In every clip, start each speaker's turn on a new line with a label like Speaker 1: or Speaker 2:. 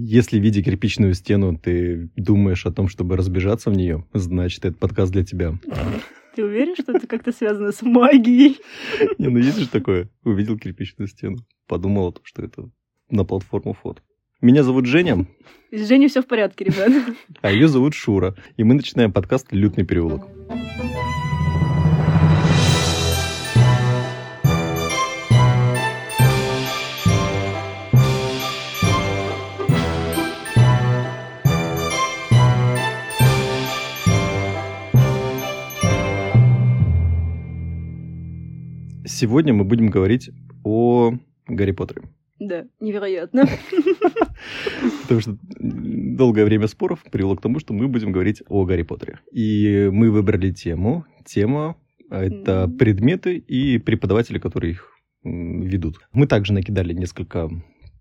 Speaker 1: Если, видя кирпичную стену, ты думаешь о том, чтобы разбежаться в нее, значит, этот подкаст для тебя.
Speaker 2: Ты уверен, что это как-то связано с магией?
Speaker 1: Не, ну есть же такое. Увидел кирпичную стену, подумал о том, что это на платформу фото. Меня зовут Женя,
Speaker 2: С Женей все в порядке, ребят.
Speaker 1: а ее зовут Шура. И мы начинаем подкаст «Лютный переулок». Сегодня мы будем говорить о Гарри Поттере.
Speaker 2: Да, невероятно.
Speaker 1: Потому что долгое время споров привело к тому, что мы будем говорить о Гарри Поттере. И мы выбрали тему. Тема — это
Speaker 2: Мгм.
Speaker 1: предметы и преподаватели, которые их м, ведут. Мы также накидали несколько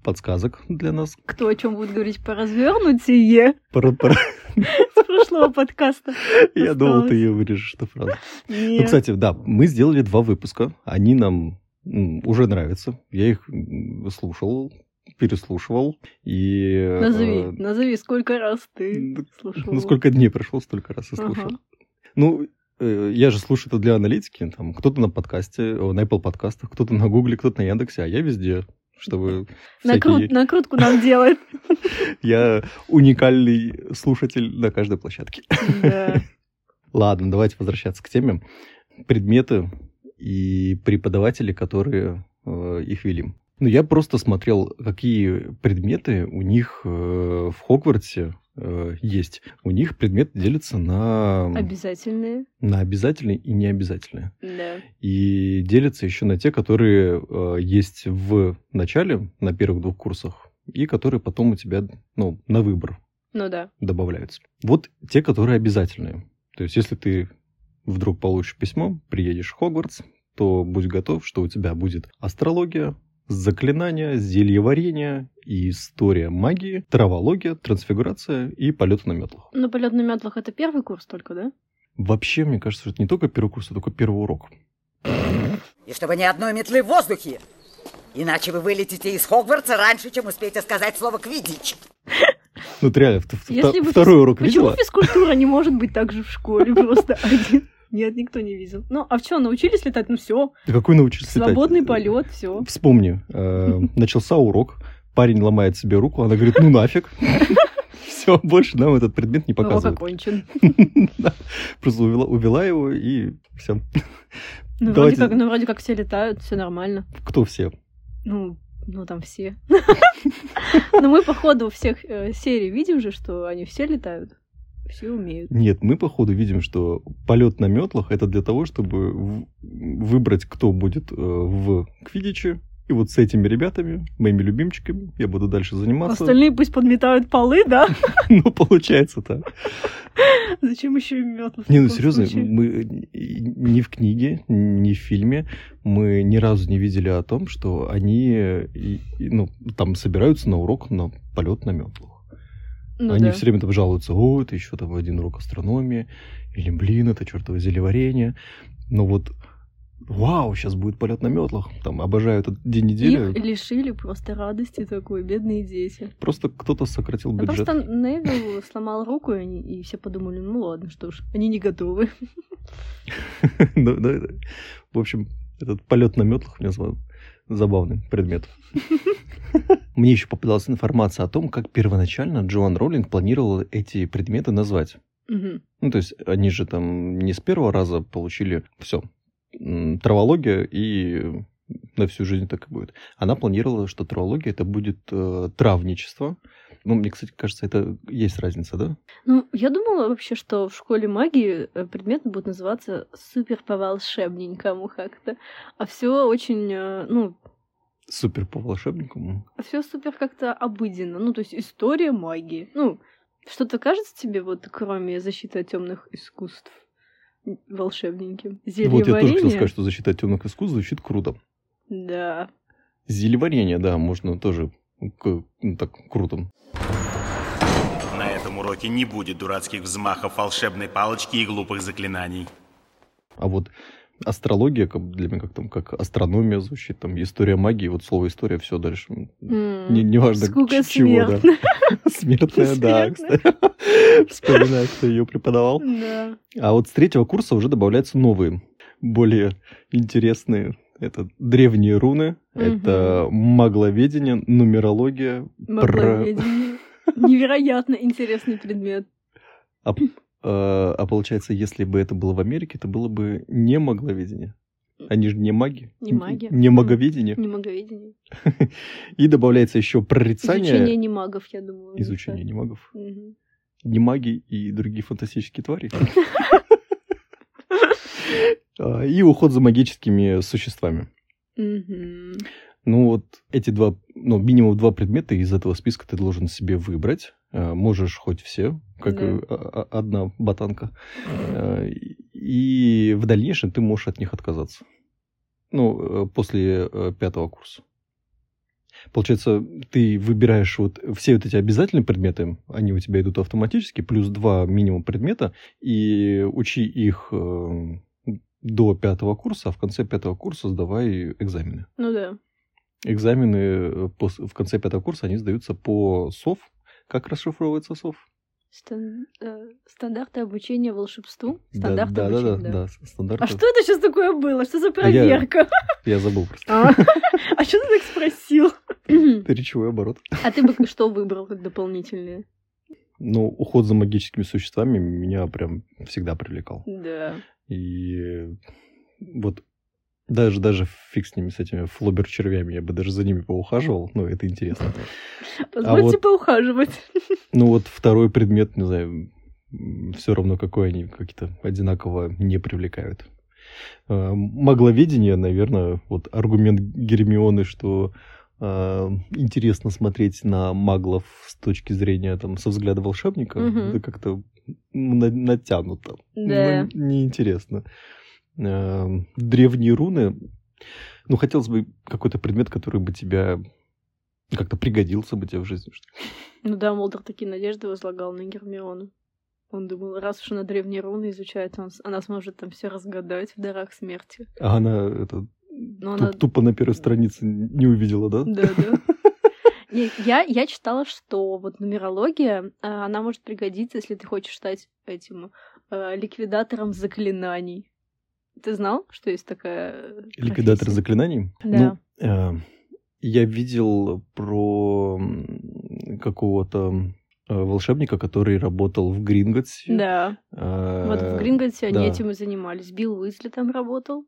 Speaker 1: подсказок для нас.
Speaker 2: Кто о чем будет говорить по развернутие
Speaker 1: Пора- пора-
Speaker 2: с прошлого подкаста?
Speaker 1: Я думал, ты
Speaker 2: Осталось.
Speaker 1: ее вырежешь, эту фразу. Ну,
Speaker 2: Нет.
Speaker 1: кстати, да, мы сделали два выпуска. Они нам м, уже нравятся. Я их м, слушал, переслушивал. И... э,
Speaker 2: Назови, назови, сколько раз ты
Speaker 1: ну,
Speaker 2: слушал.
Speaker 1: Ну, сколько дней прошло, столько раз и слушал.
Speaker 2: типа, Ага.
Speaker 1: Ну, э, я же слушаю это для аналитики. ну, Там кто-то на подкасте, о, на Apple подкастах, кто-то на Гугле, кто-то на Яндексе, а я везде, чтобы
Speaker 2: Накрут-
Speaker 1: всякие-
Speaker 2: накрутку нам делает.
Speaker 1: я уникальный слушатель на каждой площадке.
Speaker 2: Да.
Speaker 1: Ладно, давайте возвращаться к теме. Предметы и преподаватели, которые э, их вели. Ну, я просто смотрел, какие предметы у них э, в Хогвартсе э, есть. У них предметы делятся на,
Speaker 2: Обязательные.
Speaker 1: на обязательные и необязательные.
Speaker 2: Да.
Speaker 1: и делятся еще на те, которые э, есть в начале, на первых двух курсах, и которые потом у тебя ну, на выбор
Speaker 2: Ну да.
Speaker 1: добавляются. Вот те, которые обязательные. То есть, если ты вдруг получишь письмо, приедешь в Хогвартс, то будь готов, что у тебя будет астрология, заклинания, зельеварение, и история магии, травология, трансфигурация и полеты на метлах.
Speaker 2: Ну, полет на метлах это первый курс только, да?
Speaker 1: Вообще, мне кажется, что это не только первый курс, а только первый урок.
Speaker 3: И чтобы ни одной метлы в воздухе. Иначе вы вылетите из Хогвартса раньше, чем успеете сказать слово «квиддич».
Speaker 1: Ну, ты реально, вт- вт-
Speaker 2: Если бы
Speaker 1: второй
Speaker 2: физ-
Speaker 1: урок
Speaker 2: Почему
Speaker 1: видела?
Speaker 2: физкультура не может быть так же в школе? Просто один. Нет, никто не видел. Ну, а в чем научились летать? Ну все,
Speaker 1: Да какой научился летать?
Speaker 2: свободный полет, все.
Speaker 1: Вспомни, э, начался урок, парень ломает себе руку, она говорит, ну нафиг. Все, больше нам этот предмет не
Speaker 2: Урок
Speaker 1: показывает.
Speaker 2: окончен.
Speaker 1: Да. Просто увела, увела его, и все.
Speaker 2: Ну, вроде
Speaker 1: Давайте-
Speaker 2: как, ну, вроде как все летают, все нормально.
Speaker 1: Кто все?
Speaker 2: Ну, ну там все. Но мы, походу, всех э, серий видим же, что они все летают. Все умеют.
Speaker 1: Нет, мы, походу, видим, что полет на метлах это для того, чтобы в- выбрать, кто будет э, в Квидиче. И вот с этими ребятами, моими любимчиками, я буду дальше заниматься.
Speaker 2: Остальные пусть подметают полы, да?
Speaker 1: Ну, получается так.
Speaker 2: Зачем еще и метлы? в
Speaker 1: Не, ну
Speaker 2: таком
Speaker 1: серьезно,
Speaker 2: случае?
Speaker 1: мы ни в книге, ни в фильме мы ни разу не видели о том, что они э, и- и, ну, там собираются на урок на полет на метлах.
Speaker 2: Ну
Speaker 1: они
Speaker 2: да.
Speaker 1: все время там жалуются, о, это еще там один урок астрономии, или, блин, это чертово зелеварение. Но вот, вау, сейчас будет полет на метлах. Там обожаю этот день недели.
Speaker 2: Их лишили просто радости такой, бедные дети.
Speaker 1: Просто кто-то сократил
Speaker 2: Ну,
Speaker 1: бюджет.
Speaker 2: просто Невил сломал руку, и, они, и все подумали, ну ладно, что ж, они не готовы.
Speaker 1: Ну, да, да. В общем, этот полет на метлах у меня зва- забавный предмет. Мне еще попадалась информация о том, как первоначально Джоан Роллинг планировала эти предметы назвать.
Speaker 2: Мгм.
Speaker 1: Ну, то есть, они же там не с первого раза получили все. Травология и на всю жизнь так и будет. Она планировала, что травология это будет э, травничество. Ну, мне, кстати, кажется, это есть разница, да?
Speaker 2: Ну, я думала вообще, что в школе магии э, предметы будут называться супер по волшебненькому как-то. А все очень, э, ну,
Speaker 1: Супер по волшебнику.
Speaker 2: все супер как-то обыденно. Ну, то есть история магии. Ну, что-то кажется тебе, вот кроме защиты от темных искусств м, волшебненьким?
Speaker 1: Вот я тоже хотел
Speaker 2: Зельеварение?
Speaker 1: сказать, что защита от темных искусств звучит круто.
Speaker 2: Да.
Speaker 1: Зельеварение, да, можно тоже к- ну, так круто.
Speaker 4: На этом уроке не будет дурацких взмахов волшебной палочки и глупых заклинаний.
Speaker 1: А вот астрология, как для меня как там, как астрономия звучит, там история магии, вот слово история, все дальше.
Speaker 2: М.
Speaker 1: Не, неважно,
Speaker 2: Скука
Speaker 1: ч- чего, да.
Speaker 2: смертна.
Speaker 1: Смертная, да,
Speaker 2: Смертная.
Speaker 1: кстати. Вспоминаю, кто ее преподавал.
Speaker 2: Да.
Speaker 1: А вот с третьего курса уже добавляются новые, более интересные. Это древние руны,
Speaker 2: Мгм.
Speaker 1: это магловедение, нумерология,
Speaker 2: Магловедение. Невероятно интересный предмет.
Speaker 1: Э, А получается, если бы это было в Америке, это было бы не магловедение. Они же не маги.
Speaker 2: Не
Speaker 1: Н-
Speaker 2: маги.
Speaker 1: Не
Speaker 2: Мгм.
Speaker 1: маговедение.
Speaker 2: Не магловедение.
Speaker 1: И добавляется еще прорицание.
Speaker 2: Изучение не магов, я думаю.
Speaker 1: Изучение не магов.
Speaker 2: Мгм.
Speaker 1: Не маги и другие фантастические твари. А, И уход за магическими существами.
Speaker 2: Мгм.
Speaker 1: Ну вот эти два, ну минимум два предмета из этого списка ты должен себе выбрать. Э, Можешь хоть все, как
Speaker 2: Да.
Speaker 1: э, о- о- одна ботанка. Э, И в дальнейшем ты можешь от них отказаться. Ну, э, после э, пятого курса. Получается, ты выбираешь вот все вот эти обязательные предметы, они у тебя идут автоматически, плюс два минимум предмета, и учи их э, до пятого курса, а в конце пятого курса сдавай экзамены
Speaker 2: Ну да.
Speaker 1: экзамены э, пос- в конце пятого курса, они сдаются по СОВ. Как расшифровывается СОВ?
Speaker 2: Стан- э, Стандарты обучения волшебству.
Speaker 1: Да,
Speaker 2: Стандарты
Speaker 1: да, да,
Speaker 2: обучения,
Speaker 1: да,
Speaker 2: да.
Speaker 1: да, с- стандарты.
Speaker 2: А что это сейчас такое было? Что за
Speaker 1: А я-
Speaker 2: проверка?
Speaker 1: Я забыл просто.
Speaker 2: А а что ты так спросил?
Speaker 1: Это речевой оборот.
Speaker 2: А ты бы что выбрал как дополнительное?
Speaker 1: Но уход за магическими существами меня прям всегда привлекал.
Speaker 2: Да.
Speaker 1: И вот даже, даже фиг с ними, с этими флобер-червями, я бы даже за ними поухаживал, но это интересно.
Speaker 2: Позвольте
Speaker 1: А вот-
Speaker 2: поухаживать.
Speaker 1: Ну вот второй предмет, не знаю, все равно какой они какие-то одинаково не привлекают. Э, Магловедение, наверное, вот аргумент Гермионы, что э, интересно смотреть на маглов с точки зрения, там, со взгляда волшебника,
Speaker 2: Мгм.
Speaker 1: это как-то на- натянуто.
Speaker 2: Да.
Speaker 1: Ну, неинтересно. Э, Древние руны. Ну, хотелось бы какой-то предмет, который бы тебя ну, как-то пригодился бы тебе в жизни. что ли.
Speaker 2: Ну да, Молдер такие надежды возлагал на Гермиону. Он думал, раз уж она древние руны изучает, он с- она сможет там все разгадать в дарах смерти.
Speaker 1: А она это,
Speaker 2: Но
Speaker 1: Ту-
Speaker 2: Ну, она...
Speaker 1: Тупо на первой странице не увидела, да?
Speaker 2: Да, да. Не, Я, я читала, что вот нумерология, а, она может пригодиться, если ты хочешь стать этим э, ликвидатором заклинаний. Ты знал, что есть такая э,
Speaker 1: Ликвидатор
Speaker 2: профессия?
Speaker 1: заклинаний.
Speaker 2: Да.
Speaker 1: Ну, э, я видел про м, какого-то э, волшебника, который работал в Гринготсе.
Speaker 2: Да.
Speaker 1: Э,
Speaker 2: Вот в Гринготте они
Speaker 1: да.
Speaker 2: этим и занимались. Билл Уизли там работал.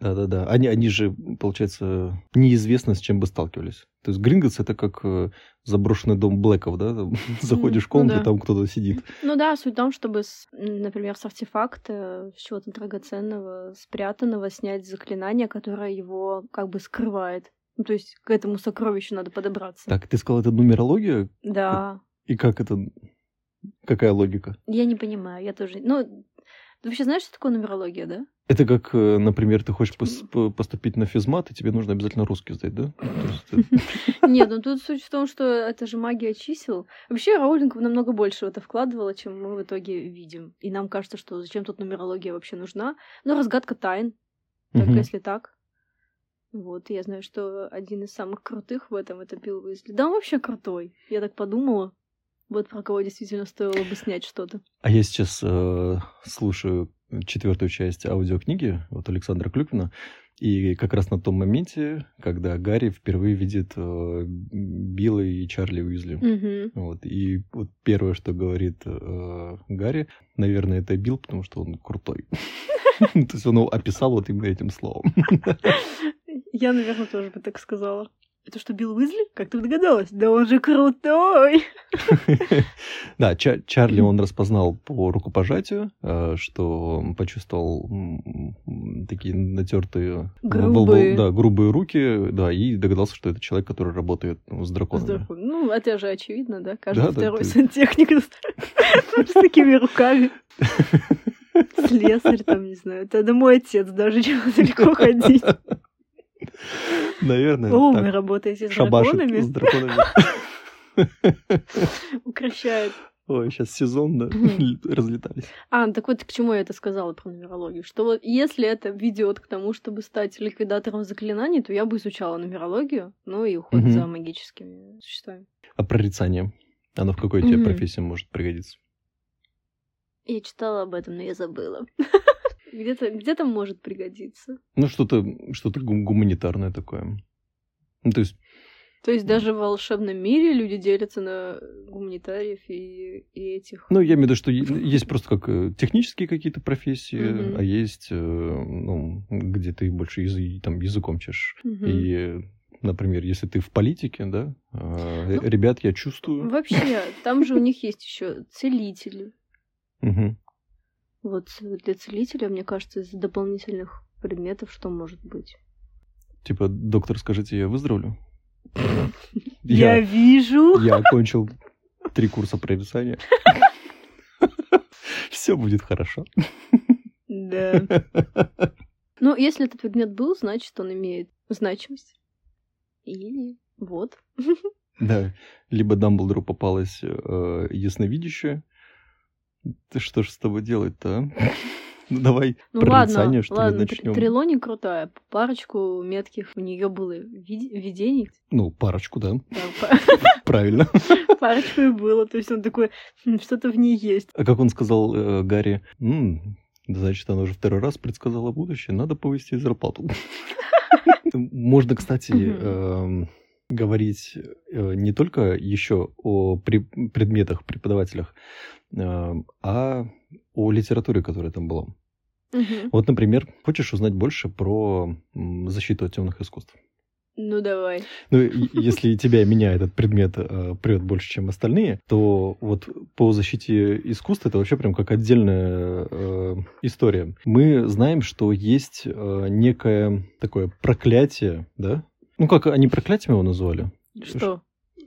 Speaker 1: Да-да-да. Они, они же, получается, неизвестно, с чем бы сталкивались. То есть Гринготс — это как э, заброшенный дом Блэков, да? Там Заходишь в
Speaker 2: ну
Speaker 1: комнату,
Speaker 2: да.
Speaker 1: там кто-то сидит.
Speaker 2: Ну да, суть в том, чтобы, с- м, например, с артефакта, с чего-то драгоценного, спрятанного, снять заклинание, которое его как бы скрывает. Ну, то есть к этому сокровищу надо подобраться.
Speaker 1: Так, ты сказал, это нумерология?
Speaker 2: Да.
Speaker 1: И как это... Какая логика?
Speaker 2: Я не понимаю, я тоже... Ну, ты вообще знаешь, что такое нумерология, да?
Speaker 1: Это как, э, например, ты хочешь пос- по- поступить на физмат, и тебе нужно обязательно русский сдать, да? То есть это-
Speaker 2: Нет, ну тут суть в том, что это же магия чисел. Вообще Роулинг намного больше в это вкладывала, чем мы в итоге видим. И нам кажется, что зачем тут нумерология вообще нужна. Но разгадка тайн, только
Speaker 1: Мгм.
Speaker 2: если так. Вот, и я знаю, что один из самых крутых в этом это Билл Уизли. Да, он вообще крутой. Я так подумала. Вот про кого действительно стоило бы снять что-то.
Speaker 1: А я сейчас э, слушаю четвертую часть аудиокниги от Александра Клюквина, и как раз на том моменте, когда Гарри впервые видит э, Билла и Чарли Уизли.
Speaker 2: Мгм.
Speaker 1: Вот, и вот первое, что говорит э, Гарри, наверное, это Билл, потому что он крутой. То есть он его описал вот именно этим словом.
Speaker 2: Я, наверное, тоже бы так сказала. Это что, Билл Уизли? Как ты догадалась? Да он же крутой!
Speaker 1: Да, Ча- Чарли он распознал по рукопожатию, э, что он почувствовал м, м, такие натертые э,
Speaker 2: Грубые.
Speaker 1: да, грубые руки, да, и догадался, что это человек, который работает ну, с драконами.
Speaker 2: Здорово. Ну, это же очевидно, да? Каждый
Speaker 1: Да, да,
Speaker 2: второй
Speaker 1: ты-
Speaker 2: сантехник с такими руками. Слесарь там, не знаю. Это мой отец даже, чего далеко ходить.
Speaker 1: Наверное,
Speaker 2: О, вы
Speaker 1: так.
Speaker 2: работаете с
Speaker 1: Шабашит с
Speaker 2: драконами?
Speaker 1: драконами.
Speaker 2: Укращает
Speaker 1: Ой, сейчас сезонно
Speaker 2: Мгм.
Speaker 1: разлетались.
Speaker 2: А, так вот, к чему я это сказала про нумерологию? Что вот если это ведет к тому, чтобы стать ликвидатором заклинаний, то я бы изучала нумерологию, ну и уход
Speaker 1: Мгм.
Speaker 2: за магическими существами.
Speaker 1: А прорицание? Оно в какой тебе
Speaker 2: Мгм.
Speaker 1: профессии может пригодиться?
Speaker 2: Я читала об этом, но я забыла. Где-то где может пригодиться.
Speaker 1: Ну, что-то что гуманитарное такое. Ну, то есть,
Speaker 2: То есть даже в волшебном мире люди делятся на гуманитариев и, и этих.
Speaker 1: ну, я имею в виду, что е- есть просто как э, технические какие-то профессии,
Speaker 2: Мгм.
Speaker 1: а есть, э, ну, где ты больше язы- там, языком чешешь.
Speaker 2: Мгм.
Speaker 1: И, э, например, если ты в политике, да, э,
Speaker 2: Ну,
Speaker 1: ребят, я чувствую.
Speaker 2: Вообще, там же у них есть еще целители.
Speaker 1: Мгм.
Speaker 2: Вот для целителя, мне кажется, из дополнительных предметов что может быть.
Speaker 1: Типа, доктор, скажите, я выздоровлю?
Speaker 2: Я, вижу.
Speaker 1: Я окончил три курса прорицания. Все будет хорошо.
Speaker 2: Да. Ну, если этот предмет был, значит, он имеет значимость. И вот.
Speaker 1: Да. Либо Дамблдору попалась э, ясновидящая. Ты что ж с тобой делать-то, а? Ну, давай
Speaker 2: Ну
Speaker 1: прорицание,
Speaker 2: ладно,
Speaker 1: что ли,
Speaker 2: ладно,
Speaker 1: начнем.
Speaker 2: Трилони крутая. Парочку метких у нее было ви- видений.
Speaker 1: Ну, парочку, да,
Speaker 2: Да, па-
Speaker 1: правильно.
Speaker 2: Парочку и было. То есть он такой, «Хм, что-то в ней есть.
Speaker 1: А как он сказал э, Гарри, «М, значит, она уже второй раз предсказала будущее, надо повысить зарплату. Можно, кстати,
Speaker 2: Мгм.
Speaker 1: эм, говорить э, не только еще о пре- предметах, преподавателях, эм, а о литературе, которая там была.
Speaker 2: Мгм.
Speaker 1: Вот, например, хочешь узнать больше про м, защиту от темных искусств?
Speaker 2: Ну давай.
Speaker 1: Ну, и- если и тебя и меня этот предмет э, прет больше, чем остальные, то вот по защите искусств это вообще прям как отдельная э, история. Мы знаем, что есть э, некое такое проклятие, да? Ну, как они проклятием его назвали?
Speaker 2: Что?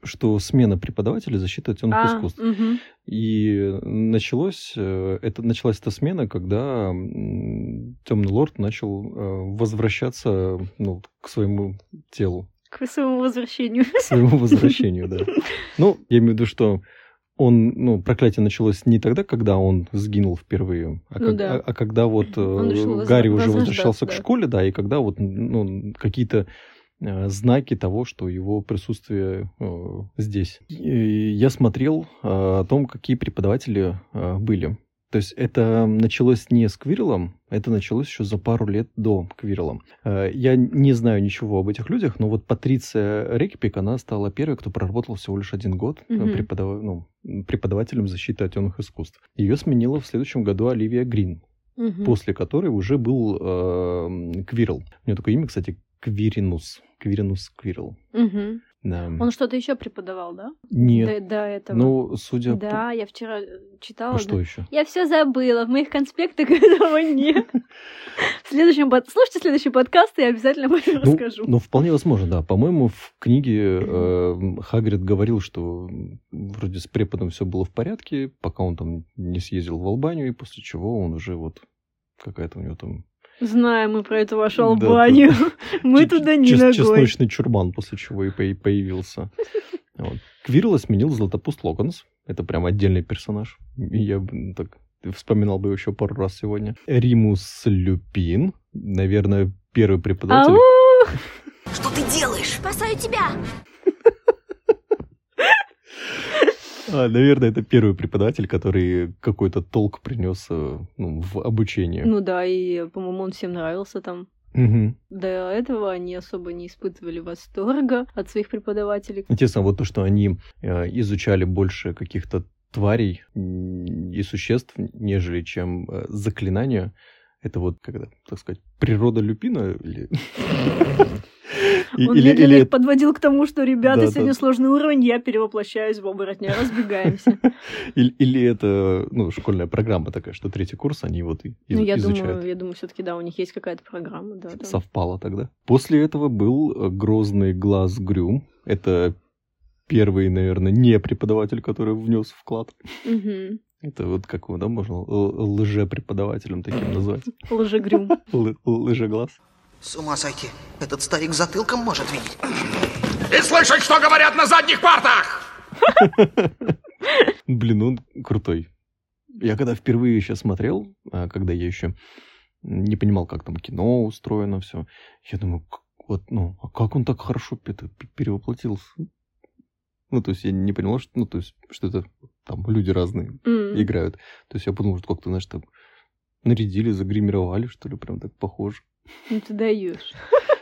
Speaker 1: Что смена преподавателя защита от темных
Speaker 2: А,
Speaker 1: искусств.
Speaker 2: мгм.
Speaker 1: И началось, э, это, началась эта смена, когда Темный Лорд начал э, возвращаться ну, к своему телу,
Speaker 2: К своему возвращению.
Speaker 1: к своему возвращению, да. Ну, я имею в виду, что он, ну, проклятие началось не тогда, когда он сгинул впервые, а,
Speaker 2: Ну
Speaker 1: как-
Speaker 2: да.
Speaker 1: а- а когда вот э,
Speaker 2: Он решил воз-
Speaker 1: Гарри уже
Speaker 2: возрождаться,
Speaker 1: возвращался к
Speaker 2: да.
Speaker 1: школе, да, и когда вот ну, какие-то э, знаки того, что его присутствие э, здесь. И я смотрел э, о том, какие преподаватели э, были. То есть это началось не с Квирелом, это началось еще за пару лет до Квирла. Э, Я не знаю ничего об этих людях, но вот Патриция Рекпик, она стала первой, кто проработал всего лишь один год э,
Speaker 2: Мгм.
Speaker 1: преподава- ну, преподавателем защиты от темных искусств. Ее сменила в следующем году Оливия Грин,
Speaker 2: Мгм.
Speaker 1: после которой уже был э, Квирл. У него такое имя, кстати, Квиринус. Квиринус Квирл.
Speaker 2: Мгм.
Speaker 1: Да.
Speaker 2: Он что-то еще преподавал, да?
Speaker 1: Нет,
Speaker 2: До, до этого.
Speaker 1: ну, судя по-
Speaker 2: да, я вчера э, читала.
Speaker 1: А что еще?
Speaker 2: Я все забыла, в моих конспектах этого нет. В следующем под... Слушайте следующий подкаст, и я обязательно об этом
Speaker 1: Ну,
Speaker 2: расскажу.
Speaker 1: Ну, вполне возможно, да. По-моему, в книге э, Хагрид говорил, что м, вроде с преподом все было в порядке, пока он там не съездил в Албанию, и после чего он уже вот какая-то у него там...
Speaker 2: Знаем мы про эту вашу
Speaker 1: Да,
Speaker 2: Албанию. Мы
Speaker 1: чес-
Speaker 2: туда не
Speaker 1: чес-
Speaker 2: ногой.
Speaker 1: Чесночный чурбан, после чего и поя- появился. Вот. Квирла сменил Златопуст Локонс. Это прям отдельный персонаж. И Я б, м, так вспоминал бы еще пару раз сегодня. Римус Люпин. Наверное, первый преподаватель.
Speaker 2: Ау!
Speaker 3: Что ты делаешь?
Speaker 5: Спасаю тебя!
Speaker 1: А, наверное, это первый преподаватель, который какой-то толк принес э, ну, в обучение.
Speaker 2: Ну да, и, по-моему, он всем нравился там.
Speaker 1: Мгм.
Speaker 2: До этого они особо не испытывали восторга от своих преподавателей.
Speaker 1: Интересно, вот то, что они э, изучали больше каких-то тварей м, и существ, нежели чем э, заклинания, это вот, как это, так сказать, природа люпина или... И-
Speaker 2: Он
Speaker 1: или-
Speaker 2: медленно
Speaker 1: или
Speaker 2: их подводил к тому, что, ребята,
Speaker 1: Да, да.
Speaker 2: сегодня сложный уровень, я перевоплощаюсь в оборотня, разбегаемся.
Speaker 1: Или, или это ну, школьная программа такая, что третий курс они вот и из-
Speaker 2: Ну, я
Speaker 1: изучают.
Speaker 2: думаю, я думаю, все-таки, да, у них есть какая-то программа, да. да.
Speaker 1: совпало тогда. После этого был э, грозный глаз Грюм. Это первый, наверное, не преподаватель, который внес вклад.
Speaker 2: Мгм.
Speaker 1: Это вот как его, да, можно л- лжепреподавателем таким назвать.
Speaker 2: Лжегрюм.
Speaker 1: Л- лжеглаз.
Speaker 6: С ума сойти. Этот старик затылком может видеть.
Speaker 4: И слышать, что говорят на задних партах!
Speaker 1: Блин, ну он крутой. Я когда впервые еще смотрел, а, когда я еще не понимал, как там кино устроено, все, я думаю, к- вот, ну, а как он так хорошо это, п- перевоплотился? Ну, то есть я не понимал, что, ну, то есть, что это там люди разные
Speaker 2: М.
Speaker 1: играют. То есть я подумал, что как-то, знаешь, там нарядили, загримировали, что ли, прям так похоже.
Speaker 2: Ну ты даешь.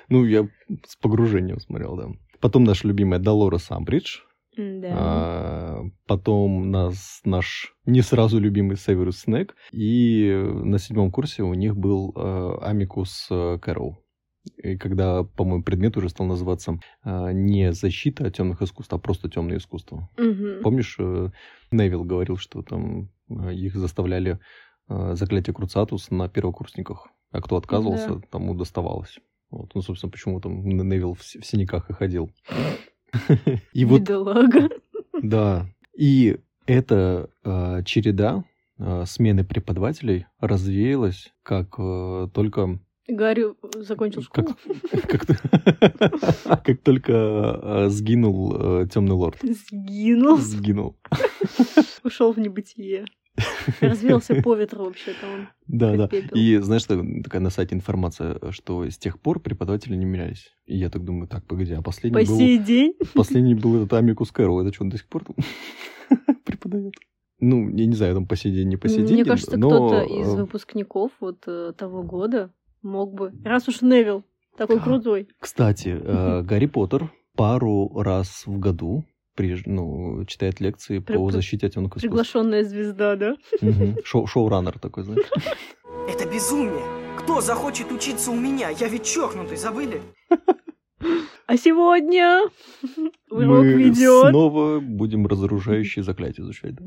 Speaker 1: Ну, я с погружением смотрел, да. Потом наша любимая Долора Самбридж.
Speaker 2: Да.
Speaker 1: А, Потом нас наш не сразу любимый Северус Снэк. И э, на седьмом курсе у них был э, Амикус э, Кэрол. И когда, по-моему, предмет уже стал называться э, не защита от темных искусств, а просто темное искусство.
Speaker 2: Мгм.
Speaker 1: Помнишь, э, Невил говорил, что там э, их заставляли э, заклятие Круцатус на первокурсниках. А кто отказывался, тому доставалось. Вот. Ну, собственно, почему там Н- Невил в с- в синяках и ходил. И вот
Speaker 2: Бедолага.
Speaker 1: да. И эта э, череда э, смены преподавателей развеялась, как э, только...
Speaker 2: Гарри э, закончил школу.
Speaker 1: Как, как, т- как только э, сгинул темный лорд.
Speaker 2: Сгинул,
Speaker 1: Сгинул.
Speaker 2: ушел в небытие. Развелся по ветру вообще-то он.
Speaker 1: Да, да.
Speaker 2: Как пепел.
Speaker 1: И знаешь, так- такая на сайте информация, э, что с тех пор преподаватели не менялись. И я так думаю, так, погоди, а последний
Speaker 2: По
Speaker 1: был...
Speaker 2: сей день.
Speaker 1: Последний был этот Амикус Кэрол. Это что, он до сих пор там преподает? Ну, я не знаю, там по сей день, не по сей день.
Speaker 2: Мне кажется,
Speaker 1: но,
Speaker 2: кто-то из
Speaker 1: э,
Speaker 2: выпускников вот э, того года мог бы. Раз уж Невил такой
Speaker 1: Да.
Speaker 2: крутой.
Speaker 1: Кстати, э, Гарри Поттер пару раз в году приж- ну, читает лекции
Speaker 2: При-
Speaker 1: по
Speaker 2: при-
Speaker 1: защите от темных искусств.
Speaker 2: Приглашенная звезда, да?
Speaker 1: Мгм. Шоу- Шоураннер такой, знаешь.
Speaker 5: Это безумие! Кто захочет учиться у меня? Я ведь чокнутый, забыли?
Speaker 2: А сегодня урок
Speaker 1: Мы
Speaker 2: ведет.
Speaker 1: снова будем разоружающие заклятия изучать. да?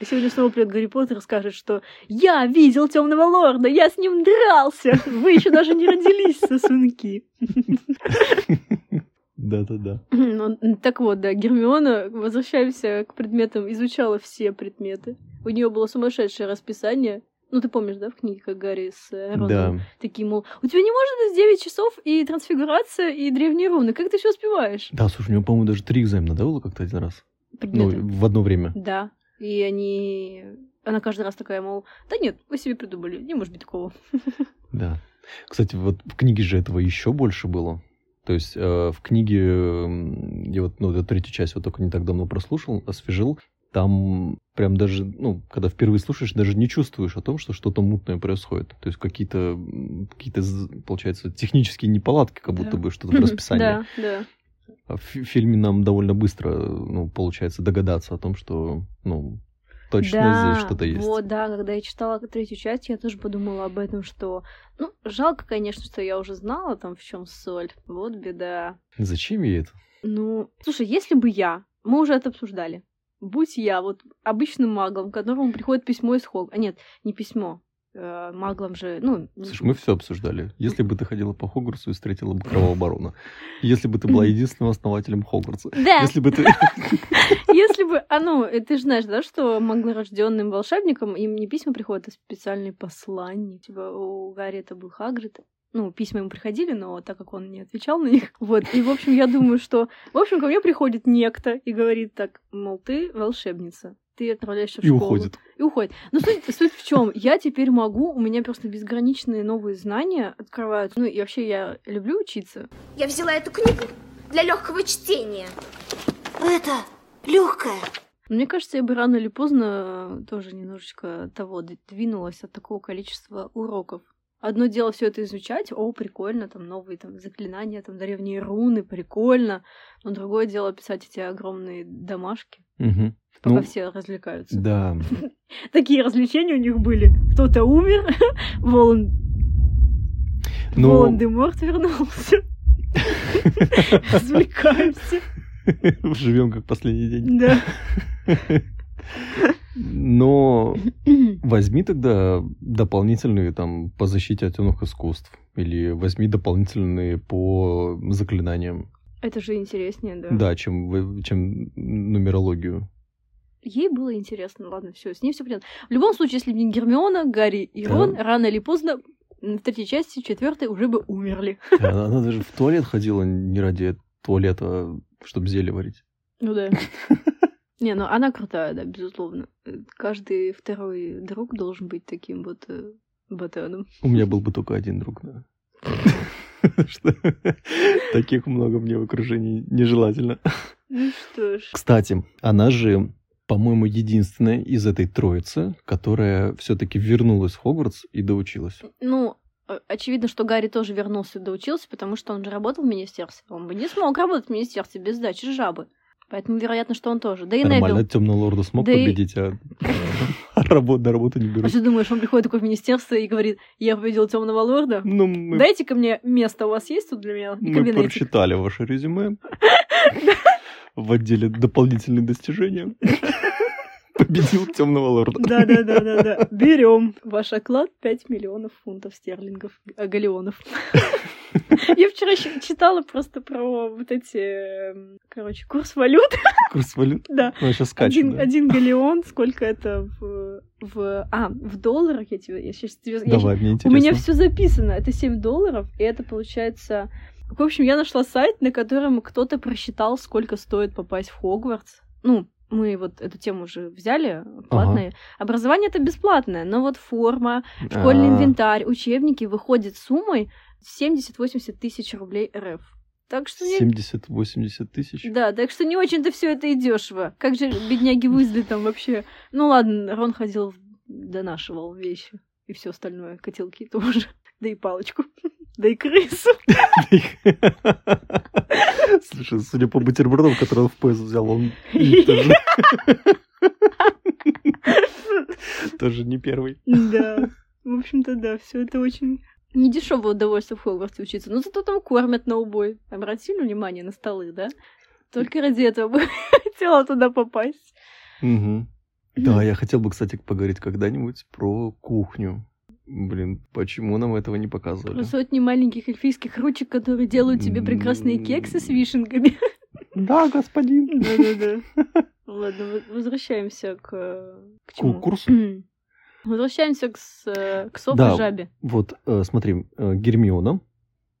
Speaker 2: А Сегодня снова придет Гарри Поттер и скажет, что я видел темного лорда, я с ним дрался. Вы еще даже не родились, сосунки.
Speaker 1: Да-да-да.
Speaker 2: Ну, так вот, да, Гермиона, возвращаемся к предметам, изучала все предметы. У нее было сумасшедшее расписание. Ну, ты помнишь, да, в книге, как Гарри с э, Роном
Speaker 1: Да.
Speaker 2: такие, мол, у тебя не может быть 9 часов и трансфигурация, и древние руны. Как ты все успеваешь?
Speaker 1: Да, слушай, у него, по-моему, даже три экзамена, да, было как-то один раз? Ну,
Speaker 2: Предметы.
Speaker 1: в одно время.
Speaker 2: Да. И они... Она каждый раз такая, мол, да нет, вы себе придумали, не может быть такого.
Speaker 1: Да. Кстати, вот в книге же этого еще больше было. То есть э, в книге, м, я вот, ну, эту третью часть вот только не так давно прослушал, освежил, там прям даже, ну, когда впервые слушаешь, даже не чувствуешь о том, что что-то мутное происходит. То есть какие-то, м, какие-то, з- получается, технические неполадки, как
Speaker 2: Да.
Speaker 1: будто бы что-то в расписании.
Speaker 2: Да, да.
Speaker 1: А В фи- фильме нам довольно быстро, ну, получается, догадаться о том, что, ну, точно
Speaker 2: да,
Speaker 1: здесь что-то есть.
Speaker 2: Вот, да, когда я читала третью часть, я тоже подумала об этом, что... Ну, жалко, конечно, что я уже знала там, в чем соль. Вот беда.
Speaker 1: Зачем ей это?
Speaker 2: Ну, слушай, если бы я... Мы уже это обсуждали. Будь я вот обычным маглом, к которому приходит письмо из Хог... А нет, не письмо. Э, маглом же... Ну,
Speaker 1: Слушай, мы все обсуждали. Если бы ты ходила по Хогвартсу и встретила бы Кровооборона. Если бы ты была единственным основателем Хогвартса.
Speaker 2: Да,
Speaker 1: Если бы ты...
Speaker 2: если бы... А ну, э, ты же знаешь, да, что маглорожденным волшебникам им не письма приходят, а специальные послания. Типа у Гарри это был Хагрид. Ну, письма ему приходили, но так как он не отвечал на них. Вот, и, в общем, я думаю, что... В общем, ко мне приходит некто и говорит так, мол, ты волшебница. Ты отправляешься в
Speaker 1: И
Speaker 2: школу.
Speaker 1: уходит.
Speaker 2: И уходит. Но суть, суть в чем? Я теперь могу, у меня просто безграничные новые знания открываются. Ну, и вообще я люблю учиться.
Speaker 7: Я взяла эту книгу для легкого чтения.
Speaker 8: Это легкая.
Speaker 2: Но Мне кажется, я бы рано или поздно э, тоже немножечко того д- двинулась от такого количества уроков. Одно дело все это изучать, о, прикольно, там новые там заклинания, там древние руны, прикольно. Но другое дело писать эти огромные домашки,
Speaker 1: Мгм.
Speaker 2: пока
Speaker 1: Ну,
Speaker 2: все развлекаются.
Speaker 1: да.
Speaker 2: Такие развлечения у них были. Кто-то умер, Волан...
Speaker 1: Ну,
Speaker 2: Волан-де-Морт вернулся. Развлекаемся.
Speaker 1: живем как последний день.
Speaker 2: Да.
Speaker 1: Но возьми тогда дополнительные там по защите от темных искусств. Или возьми дополнительные по заклинаниям.
Speaker 2: Это же интереснее, да.
Speaker 1: Да, чем, вы- чем нумерологию.
Speaker 2: Ей было интересно, ладно, все, с ней все понятно. В любом случае, если бы не Гермиона, Гарри и Рон,
Speaker 1: Да.
Speaker 2: рано или поздно, м, в третьей части, четвертой уже бы умерли.
Speaker 1: Да, Она она даже в туалет ходила не ради туалета, чтобы зелье варить.
Speaker 2: Ну да. Не, ну она крутая, да, безусловно. Э, Каждый второй друг должен быть таким вот э, ботаном.
Speaker 1: У меня был бы только один друг, да. Что Таких много мне в окружении нежелательно.
Speaker 2: Ну что ж.
Speaker 1: Кстати, она же, по-моему, единственная из этой троицы, которая все-таки вернулась в Хогвартс и доучилась.
Speaker 2: Ну, э, очевидно, что Гарри тоже вернулся и доучился, потому что он же работал в министерстве. Он бы не смог работать в министерстве без дачи жабы. Поэтому, вероятно, что он тоже. Да и
Speaker 1: Нормально,
Speaker 2: Невилл.
Speaker 1: темного лорда смог
Speaker 2: Да и-
Speaker 1: победить, а а работу на работу не
Speaker 2: А
Speaker 1: берут.
Speaker 2: ты думаешь, он приходит такой в министерство и говорит, я победил темного лорда?
Speaker 1: Ну, мы,
Speaker 2: Дайте-ка мне место, у вас есть тут для меня? И
Speaker 1: мы
Speaker 2: кабинетик».
Speaker 1: прочитали ваше резюме в отделе дополнительные достижения. Победил темного лорда.
Speaker 2: Да, да, да, да, да. Берем. Ваш оклад 5 миллионов фунтов стерлингов, а, галеонов. Я вчера щ- читала просто про вот эти, эм, короче, курс валют.
Speaker 1: Курс валют.
Speaker 2: Да.
Speaker 1: Ну, сейчас скачем.
Speaker 2: Один,
Speaker 1: да.
Speaker 2: один галеон, сколько это в, в... А, в долларах я тебе... Я сейчас тебе... я щ-
Speaker 1: Давай, мне
Speaker 2: у
Speaker 1: интересно.
Speaker 2: меня все записано. Это 7 долларов, и это получается... В общем, я нашла сайт, на котором кто-то просчитал, сколько стоит попасть в Хогвартс. Ну, мы вот эту тему уже взяли, платные. Образование это бесплатное, но вот форма, школьный
Speaker 1: А,
Speaker 2: инвентарь, учебники выходит суммой 70-80 тысяч рублей РФ. Так что не...
Speaker 1: 70-80 тысяч.
Speaker 2: Да, так что не очень-то все это и дешево. Как же бедняги Уизли там вообще. Ну ладно, Рон ходил, в- донашивал вещи и все остальное, котелки тоже, да и палочку, да и крысу.
Speaker 1: Слушай, судя по бутербродам, которые он в поезд взял, он и тоже- тоже не первый.
Speaker 2: Да, в общем-то да, все это очень недешевое удовольствие в Хогвартсе учиться. Но зато там кормят на убой. Обратили внимание на столы, да? Только ради этого бы хотела туда попасть.
Speaker 1: Мгм. Да, я хотел бы, кстати, поговорить когда-нибудь про кухню. Блин, почему нам этого не показывали?
Speaker 2: Про сотни маленьких эльфийских ручек, которые делают тебе прекрасные кексы с вишенками.
Speaker 1: Да, господин.
Speaker 2: Да-да-да. Ладно, вы- возвращаемся к... э, К
Speaker 1: Ку-
Speaker 2: чему?
Speaker 1: курс?
Speaker 2: Возвращаемся к, с, э, к соп
Speaker 1: Да.
Speaker 2: и жабе.
Speaker 1: Вот, э, смотри, э, Гермиона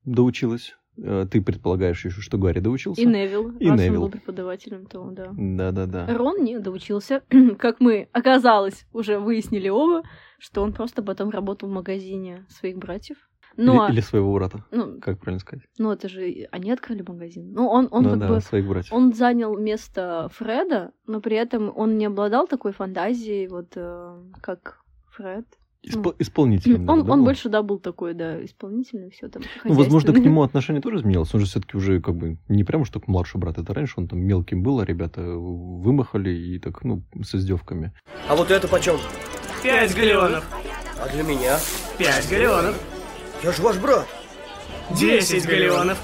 Speaker 1: доучилась. Э, Ты предполагаешь еще, что Гарри доучился?
Speaker 2: И Невил.
Speaker 1: И
Speaker 2: раз он
Speaker 1: Невилл.
Speaker 2: был преподавателем, то он, да.
Speaker 1: Да-да-да.
Speaker 2: Рон не доучился, как мы оказалось, уже выяснили оба, что он просто потом работал в магазине своих братьев. Ну, а-
Speaker 1: Или, или своего брата.
Speaker 2: ну,
Speaker 1: Как правильно сказать?
Speaker 2: ну, это же они открыли магазин. Ну, он, он
Speaker 1: да,
Speaker 2: как
Speaker 1: да,
Speaker 2: бы
Speaker 1: своих братьев.
Speaker 2: Он занял место Фреда, но при этом он не обладал такой фантазией, вот э, как Фред.
Speaker 1: Испо- исполнителем.
Speaker 2: ну, Он,
Speaker 1: наверное, да,
Speaker 2: он
Speaker 1: был?
Speaker 2: больше, да, был такой, да, исполнительный, все там.
Speaker 1: Ну, возможно, к
Speaker 2: хозяйственный.
Speaker 1: нему отношение тоже изменилось. Он же все-таки уже как бы не прям что к младший брат. Это раньше он там мелким был, а ребята вымахали и так, ну, с издевками.
Speaker 9: А вот это почем?
Speaker 5: Пять галеонов.
Speaker 9: А для меня?
Speaker 5: Пять галеонов.
Speaker 9: Я же ваш брат.
Speaker 5: Десять галеонов.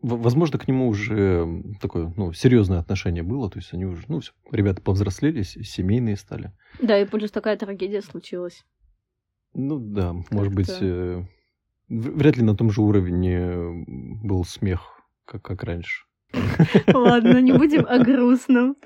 Speaker 1: В- возможно, к нему уже м, такое, ну, серьезное отношение было. То есть они уже, ну, всё, ребята повзрослели, с- семейные стали.
Speaker 2: Да, и плюс такая трагедия случилась.
Speaker 1: Ну да, может быть,
Speaker 2: Как-то.
Speaker 1: э, в- вряд ли на том же уровне э, был смех, как, как раньше.
Speaker 2: Ладно, не будем о грустном.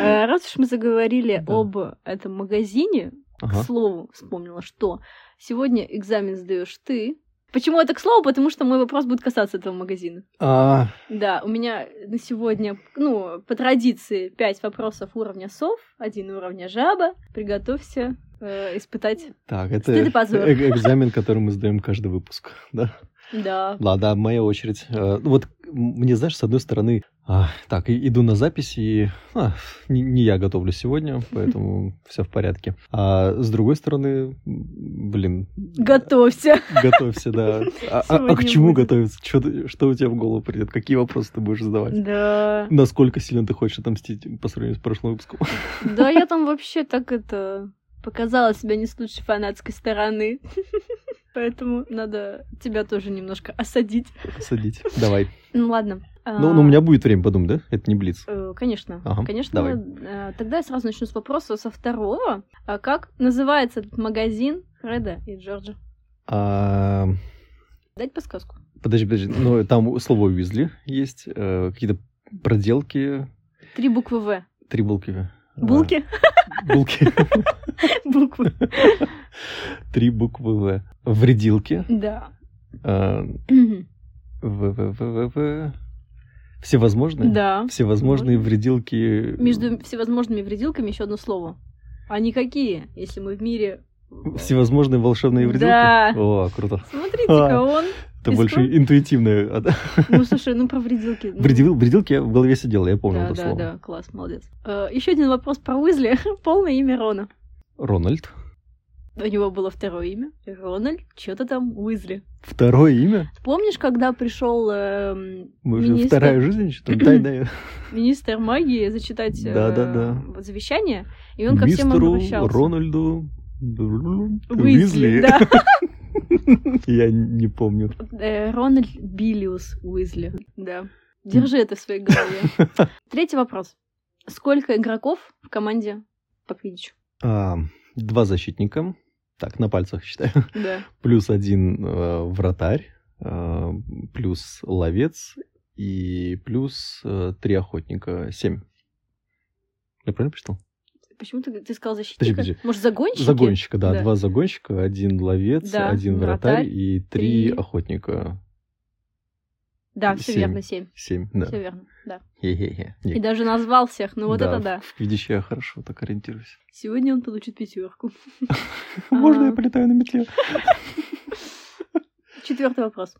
Speaker 2: Э, Раз уж мы заговорили
Speaker 1: Да.
Speaker 2: об этом магазине,
Speaker 1: Ага.
Speaker 2: к слову, вспомнила, что сегодня экзамен сдаешь ты. Почему это к слову? Потому что мой вопрос будет касаться этого магазина.
Speaker 1: А,
Speaker 2: Да, у меня на сегодня, ну, по традиции, пять вопросов уровня сов, один уровня жаба. Приготовься э, испытать.
Speaker 1: так, это
Speaker 2: Стыд и позор.
Speaker 1: э- э- экзамен, который мы сдаем каждый выпуск, да?
Speaker 2: Да.
Speaker 1: Ладно, а моя очередь. Э, ну Вот м, мне, знаешь, с одной стороны, а, так, и- иду на запись, и а, не, не я готовлю сегодня, поэтому все в порядке. А с другой стороны, м, блин,
Speaker 2: Готовься.
Speaker 1: готовься, да. А, а- а к
Speaker 2: Сегодня
Speaker 1: чему
Speaker 2: будет.
Speaker 1: готовиться? Чё ты- что у тебя в голову придет? Какие вопросы ты будешь задавать?
Speaker 2: Да.
Speaker 1: Насколько сильно ты хочешь отомстить по сравнению с прошлым выпуском?
Speaker 2: Да, я там вообще так это показала себя не с лучшей фанатской стороны. Поэтому надо тебя тоже немножко осадить.
Speaker 1: Садить. Давай.
Speaker 2: Ну ладно.
Speaker 1: Ну, ну, у меня будет время подумать, да? Это не блиц.
Speaker 2: Э, Конечно,
Speaker 1: Ага,
Speaker 2: конечно.
Speaker 1: давай.
Speaker 2: э, Тогда я сразу начну с вопроса со второго. А Как называется этот магазин Фреда и Джорджа?
Speaker 1: А,
Speaker 2: Дать подсказку.
Speaker 1: Подожди, подожди. Ну, там слово Уизли есть, э, какие-то проделки,
Speaker 2: Три буквы В.
Speaker 1: три булки. А,
Speaker 2: Булки?
Speaker 1: Булки.
Speaker 2: Буквы.
Speaker 1: Три буквы В. Э, Вредилки.
Speaker 2: Да.
Speaker 1: А, В, В, В, В, В. Всевозможные?
Speaker 2: Да.
Speaker 1: Всевозможные вредилки...
Speaker 2: Между всевозможными вредилками еще одно слово. А никакие, если мы в мире...
Speaker 1: Всевозможные волшебные вредилки?
Speaker 2: Да.
Speaker 1: О, круто.
Speaker 2: Смотрите-ка,
Speaker 1: А.
Speaker 2: он...
Speaker 1: Это
Speaker 2: И
Speaker 1: больше
Speaker 2: что?
Speaker 1: интуитивное. А, да.
Speaker 2: Ну, слушай, ну про вредилки. ну,
Speaker 1: Вредил- Вредилки я в голове сидел, я помню
Speaker 2: Да,
Speaker 1: это
Speaker 2: да,
Speaker 1: слово.
Speaker 2: да, класс, молодец. А, Еще один вопрос про Уизли. Полное имя Рона.
Speaker 1: Рональд.
Speaker 2: У него было второе имя. Рональд, что-то там Уизли.
Speaker 1: Второе имя?
Speaker 2: Помнишь, когда пришел
Speaker 1: Мы же
Speaker 2: Министр.
Speaker 1: вторая жизнь, что ли? Тайная.
Speaker 2: министр магии зачитать э,
Speaker 1: Да-да-да.
Speaker 2: вот завещание, и он ко всем
Speaker 1: Мистеру
Speaker 2: обращался.
Speaker 1: Рональду
Speaker 2: Уизли,
Speaker 1: Уизли.
Speaker 2: да.
Speaker 1: Я не помню.
Speaker 2: Э, Рональд Биллиус Уизли, да. Держи это в своей голове. Третий вопрос. Сколько игроков в команде по квиддичу?
Speaker 1: А, Два защитника. Так, на пальцах считаю.
Speaker 2: Да.
Speaker 1: Плюс один э, вратарь. э, Плюс ловец. И плюс э, три охотника. Семь. Я правильно посчитал?
Speaker 2: Почему ты, ты сказал защитника?
Speaker 1: Подожди, подожди.
Speaker 2: Может, загонщики?
Speaker 1: Загонщика, да,
Speaker 2: Да.
Speaker 1: Два загонщика, один ловец,
Speaker 2: Да,
Speaker 1: один вратарь,
Speaker 2: вратарь,
Speaker 1: и три
Speaker 2: три.
Speaker 1: охотника.
Speaker 2: Да, все
Speaker 1: Семь.
Speaker 2: верно, семь.
Speaker 1: Семь, да.
Speaker 2: Все верно, да.
Speaker 1: Хе-хе-хе.
Speaker 2: И
Speaker 1: Не,
Speaker 2: даже назвал всех, ну вот
Speaker 1: Да.
Speaker 2: это да.
Speaker 1: В видящее я хорошо так ориентируюсь.
Speaker 2: Сегодня он получит пятерку.
Speaker 1: Можно я
Speaker 2: А.
Speaker 1: полетаю на метле?
Speaker 2: Четвертый вопрос.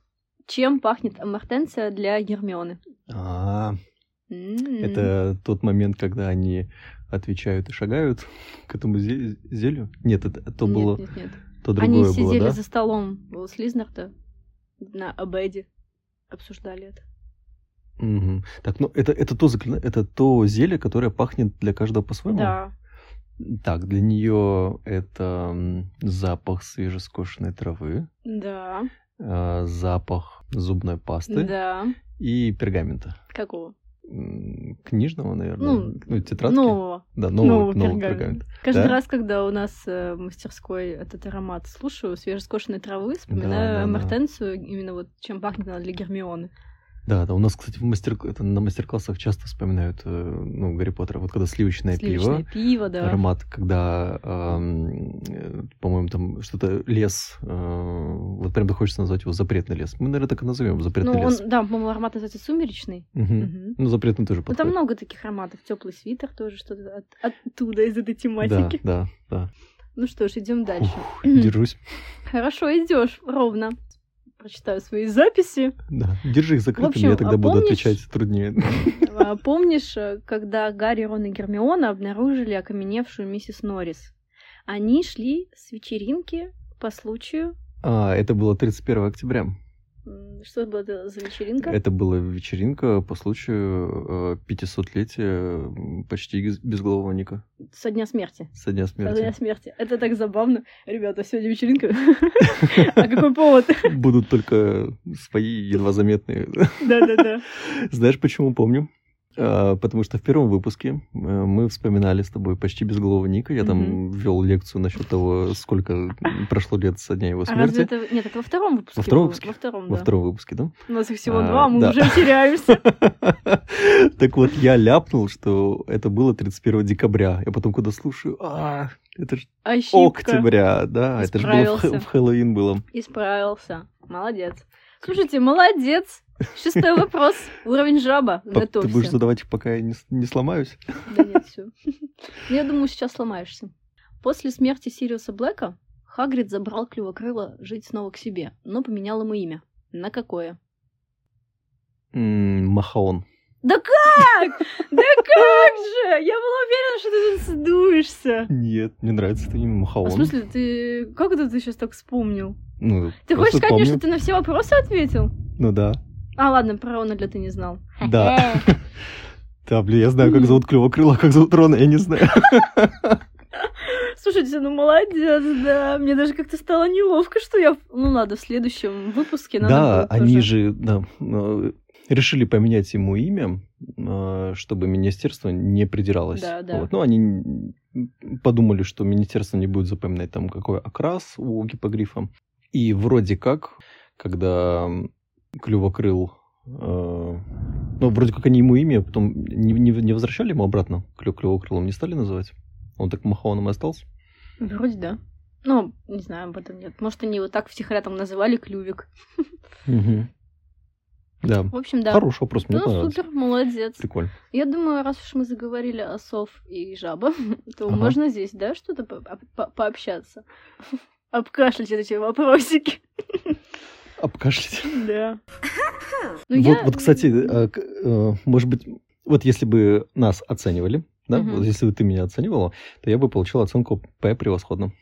Speaker 2: Чем пахнет амортенция для Гермионы? М-м-м.
Speaker 1: А,
Speaker 2: М.
Speaker 1: это тот момент, когда они отвечают и шагают к этому зе- зелью? Нет, это то
Speaker 2: Нет,
Speaker 1: было,
Speaker 2: Нет, нет.
Speaker 1: то
Speaker 2: Они
Speaker 1: другое
Speaker 2: сидели
Speaker 1: было, да?
Speaker 2: за столом у Слизнарта на обеде, обсуждали это.
Speaker 1: Мгм. Так, ну это, это, то заклина... это то зелье, которое пахнет для каждого по-своему?
Speaker 2: Да.
Speaker 1: Так, для нее это м, запах свежескошенной травы.
Speaker 2: Да.
Speaker 1: э, запах зубной пасты
Speaker 2: Да.
Speaker 1: и пергамента.
Speaker 2: Какого?
Speaker 1: М, Книжного, наверное.
Speaker 2: Ну,
Speaker 1: Ну, тетрадки.
Speaker 2: Нового.
Speaker 1: да, нового,
Speaker 2: нового
Speaker 1: нового
Speaker 2: пергамента.
Speaker 1: пергамента.
Speaker 2: Каждый
Speaker 1: Да.
Speaker 2: раз, когда у нас э, в мастерской этот аромат слушаю, свежескошенной травы, вспоминаю
Speaker 1: да, да.
Speaker 2: амортенцию, именно вот чем пахнет она для Гермионы.
Speaker 1: Да, да. У нас, кстати, в мастер... это на мастер-классах часто вспоминают э, ну, Гарри Поттера. Вот когда сливочное,
Speaker 2: Сливочное
Speaker 1: пиво,
Speaker 2: пиво, да.
Speaker 1: аромат, когда, эм, э, по-моему, там что-то лес, э, вот прям хочется назвать его запретный лес. Мы, наверное, так и назовем
Speaker 2: Ну,
Speaker 1: запретный
Speaker 2: он,
Speaker 1: лес.
Speaker 2: да, по-моему, аромат называется сумеречный.
Speaker 1: Мгм.
Speaker 2: Мгм.
Speaker 1: Ну, запретный тоже
Speaker 2: Ну,
Speaker 1: подходит.
Speaker 2: там много таких ароматов. Теплый свитер тоже что-то от- оттуда, из этой
Speaker 1: да,
Speaker 2: тематики.
Speaker 1: да, да.
Speaker 2: Ну что ж, идем дальше.
Speaker 1: Ух, держусь.
Speaker 2: Хорошо, идешь ровно. Прочитаю свои записи.
Speaker 1: Да. Держи их закрытыми,
Speaker 2: общем,
Speaker 1: я
Speaker 2: а
Speaker 1: тогда буду
Speaker 2: помнишь-
Speaker 1: отвечать труднее.
Speaker 2: А, Помнишь, э, когда Гарри, Рон и Гермиона обнаружили окаменевшую миссис Норрис? Они шли с вечеринки по случаю...
Speaker 1: А, это было 31 октября.
Speaker 2: м, Что это была за вечеринка?
Speaker 1: Это была вечеринка по случаю э, 500-летия э, почти без- безголового Ника
Speaker 2: Со дня смерти.
Speaker 1: со дня
Speaker 2: Со дня
Speaker 1: смерти.
Speaker 2: смерти. Это так забавно. Ребята, сегодня вечеринка. А какой повод?
Speaker 1: Будут только свои едва заметные.
Speaker 2: Да-да-да.
Speaker 1: Знаешь, почему помню? А, Потому что в первом выпуске э, мы вспоминали с тобой почти безголового Ника. Я там вел лекцию насчет того, сколько прошло лет со дня его
Speaker 2: А разве
Speaker 1: смерти.
Speaker 2: это... Нет, это во втором выпуске
Speaker 1: Во втором
Speaker 2: было.
Speaker 1: выпуске?
Speaker 2: Во втором,
Speaker 1: Во
Speaker 2: да.
Speaker 1: втором выпуске, да?
Speaker 2: У нас их всего
Speaker 1: А,
Speaker 2: два, мы
Speaker 1: да.
Speaker 2: уже теряемся.
Speaker 1: Так вот, я ляпнул, что это было 31 декабря. Я потом куда слушаю, а, это же
Speaker 2: Ощибка.
Speaker 1: октября, да, это же было в,
Speaker 2: Исправился.
Speaker 1: Хэ- в Хэллоуин было.
Speaker 2: Исправился. Молодец. Слушайте, молодец. Шестой вопрос. Уровень жаба.
Speaker 1: П- Ты будешь
Speaker 2: Готовься.
Speaker 1: задавать их, пока я не, с- не сломаюсь?
Speaker 2: Да нет, все. Я думаю, сейчас сломаешься. После смерти Сириуса Блэка Хагрид забрал Клювокрыла жить снова к себе, но поменял ему имя. На какое?
Speaker 1: М, Махаон.
Speaker 2: Да как? Да как же? Я была уверена, что ты тут сдуешься.
Speaker 1: Нет, мне нравится это имя
Speaker 2: А в
Speaker 1: Махаон.
Speaker 2: смысле, ты... Как это ты сейчас так вспомнил?
Speaker 1: Ну,
Speaker 2: Ты
Speaker 1: просто
Speaker 2: хочешь сказать мне,
Speaker 1: помню.
Speaker 2: что ты на все вопросы ответил?
Speaker 1: Ну да,
Speaker 2: А, ладно, про Рональда ты не знал.
Speaker 1: да. Да, блин, я знаю, как зовут Клювокрыла, а как зовут Рона, я не знаю.
Speaker 2: Слушайте, ну молодец, да. Мне даже как-то стало неловко, что я... Ну ладно, в следующем выпуске надо
Speaker 1: Да,
Speaker 2: будет
Speaker 1: они
Speaker 2: тоже.
Speaker 1: же да, э, решили поменять ему имя, э, чтобы министерство не придиралось.
Speaker 2: Да, да.
Speaker 1: Вот. Ну, они н- подумали, что министерство не будет запоминать там какой окрас у гипогрифа. И вроде как, когда м, клювокрыл... э, ну, вроде как они ему имя потом не, не- не возвращали ему обратно. Клю, клювокрылом не стали называть. Он так махаоном и остался.
Speaker 2: Вроде да. Ну, не знаю, об этом нет. Может, они его так втихаря там называли клювик.
Speaker 1: Да.
Speaker 2: В общем, да.
Speaker 1: Хороший вопрос, мне
Speaker 2: Ну,
Speaker 1: понравился.
Speaker 2: супер, молодец.
Speaker 1: Прикольно.
Speaker 2: Я думаю, раз уж мы заговорили о сов и жабах, то
Speaker 1: Ага.
Speaker 2: можно здесь, да, что-то по- по- пообщаться. Обкашлять эти вопросики.
Speaker 1: А Обкашлять.
Speaker 2: Да. Ну,
Speaker 1: вот,
Speaker 2: я-
Speaker 1: вот, кстати, э, к- э, может быть, вот если бы нас оценивали, да,
Speaker 2: Мгм.
Speaker 1: вот если бы ты меня оценивала, то я бы получил оценку П превосходно.